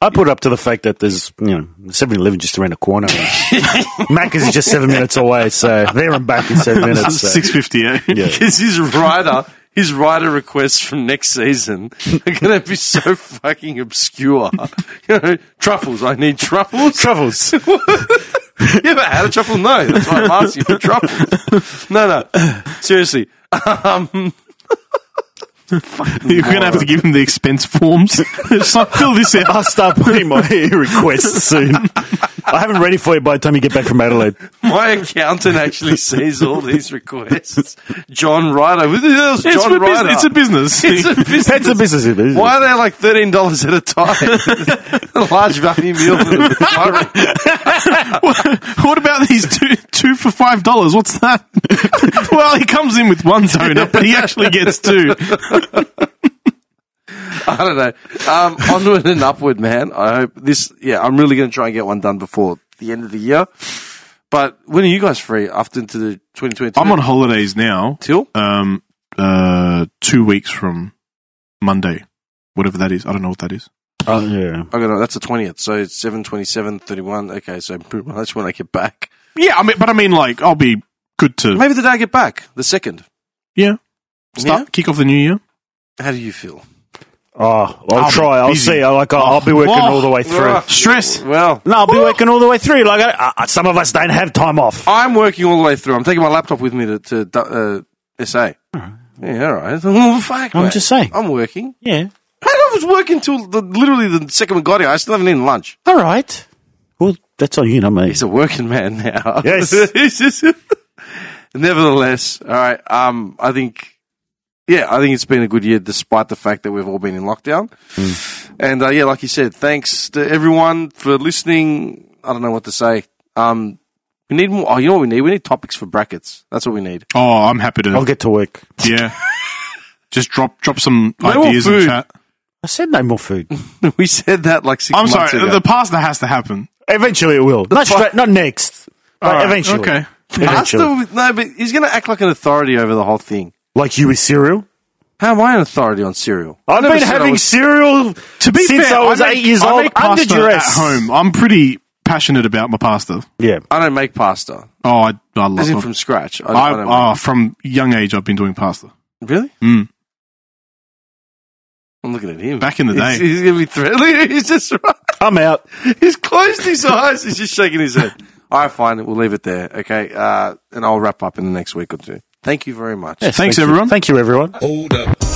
S3: I put up to the fact that there's, you know, 7 Eleven just around the corner. Mac is just seven minutes away, so there and back in seven
S2: uh,
S3: minutes. So.
S1: 658.
S3: Yeah.
S2: because his rider, his rider requests from next season are going to be so fucking obscure. You know, truffles. I need truffles.
S3: Travels.
S2: you ever had a truffle? No. That's why I'm asking for truffles. No, no. Seriously. Um,
S1: You're going to have to give him the expense forms. Just like, fill this out.
S3: I'll start putting my requests soon. I haven't ready for you by the time you get back from Adelaide.
S2: my accountant actually sees all these requests. John Ryder. Who the hell's
S1: It's,
S2: John
S1: for bus-
S2: Ryder?
S1: it's a business.
S2: It's a business.
S3: That's a business. it is.
S2: Why are they like thirteen dollars at a time? a large value meal. For the
S1: What about these two two for five dollars? What's that? well, he comes in with one donut, but he actually gets two.
S2: I don't know. Um, onward and upward, man. I hope this. Yeah, I'm really going to try and get one done before the end of the year. But when are you guys free? After into the 2022?
S1: I'm on holidays now.
S2: till
S1: Um, uh, two weeks from Monday, whatever that is. I don't know what that is.
S3: Oh, yeah.
S2: I got that's the 20th. So it's 7, 27, 31. Okay, so pretty much when I get back.
S1: Yeah, I mean, but I mean, like, I'll be good to
S2: Maybe the day I get back, the second.
S1: yeah. Start kick off the new year.
S2: Yeah? How do you feel?
S3: Oh, I'll,
S1: be
S3: try. I'll
S1: busy.
S3: see. I, like, I'll, I'll be working
S1: Oh.
S3: all the way through.
S2: Ah,
S1: Stress.
S2: Well,
S3: No, I'll be working all the way through. Like, I, I, some of us don't have time off.
S2: I'm working all the way through. I'm taking my laptop with me to, to uh, SA. Yeah, all right. Oh, fuck,
S3: I'm
S2: mate.
S3: just saying.
S2: I'm working.
S3: Yeah.
S2: How I was working till the, literally the second we got here. I still haven't eaten lunch.
S3: All right. Well, that's all you know, mate.
S2: He's a working man now.
S3: Yes.
S2: He's just- nevertheless, all right. Um, I think, yeah, I think it's been a good year despite the fact that we've all been in lockdown.
S3: Hmm.
S2: And uh, yeah, like you said, thanks to everyone for listening. I don't know what to say. Um, we need more. Oh, you know what we need? We need topics for brackets. That's what we need.
S1: Oh, I'm happy to.
S3: I'll get to work.
S1: Yeah, just drop drop some
S2: No more
S1: ideas in
S2: food.
S1: chat.
S3: I said no more food.
S2: we said that like 6
S1: I'm
S2: months
S1: sorry,
S2: ago.
S1: the past that has to happen.
S3: Eventually it will. Not straight, not next. But
S1: All right,
S3: eventually.
S1: okay.
S2: Ask
S3: Eventually.
S2: the- no, but he's going to act like an authority over the whole thing.
S3: Like you with cereal.
S2: How am I an authority on cereal?
S3: I've
S2: never
S3: been
S2: said I
S3: having
S2: was-
S3: cereal
S1: To be
S3: since
S1: fair,
S3: I was
S1: make-
S3: eight years
S1: I
S3: old
S1: make
S3: under
S1: pasta
S3: duress.
S1: at home. I'm pretty passionate about my pasta.
S3: Yeah.
S2: I don't make pasta.
S1: Oh, I, I love
S2: As in
S1: it.
S2: from scratch. I, I
S1: I,
S2: don't
S1: oh, from young age, I've been doing pasta.
S2: make- really?
S1: Mm.
S2: I'm looking at him.
S1: Back in the
S2: He's,
S1: day.
S2: he's going to be thrilled. He's just
S3: I'm out.
S2: He's closed his eyes. He's just shaking his head. All right, fine. We'll leave it there. Okay. Uh, and I'll wrap up in the next week or two. Thank you very much.
S1: Thanks, everyone.
S3: Thank you, everyone.
S4: Hold up.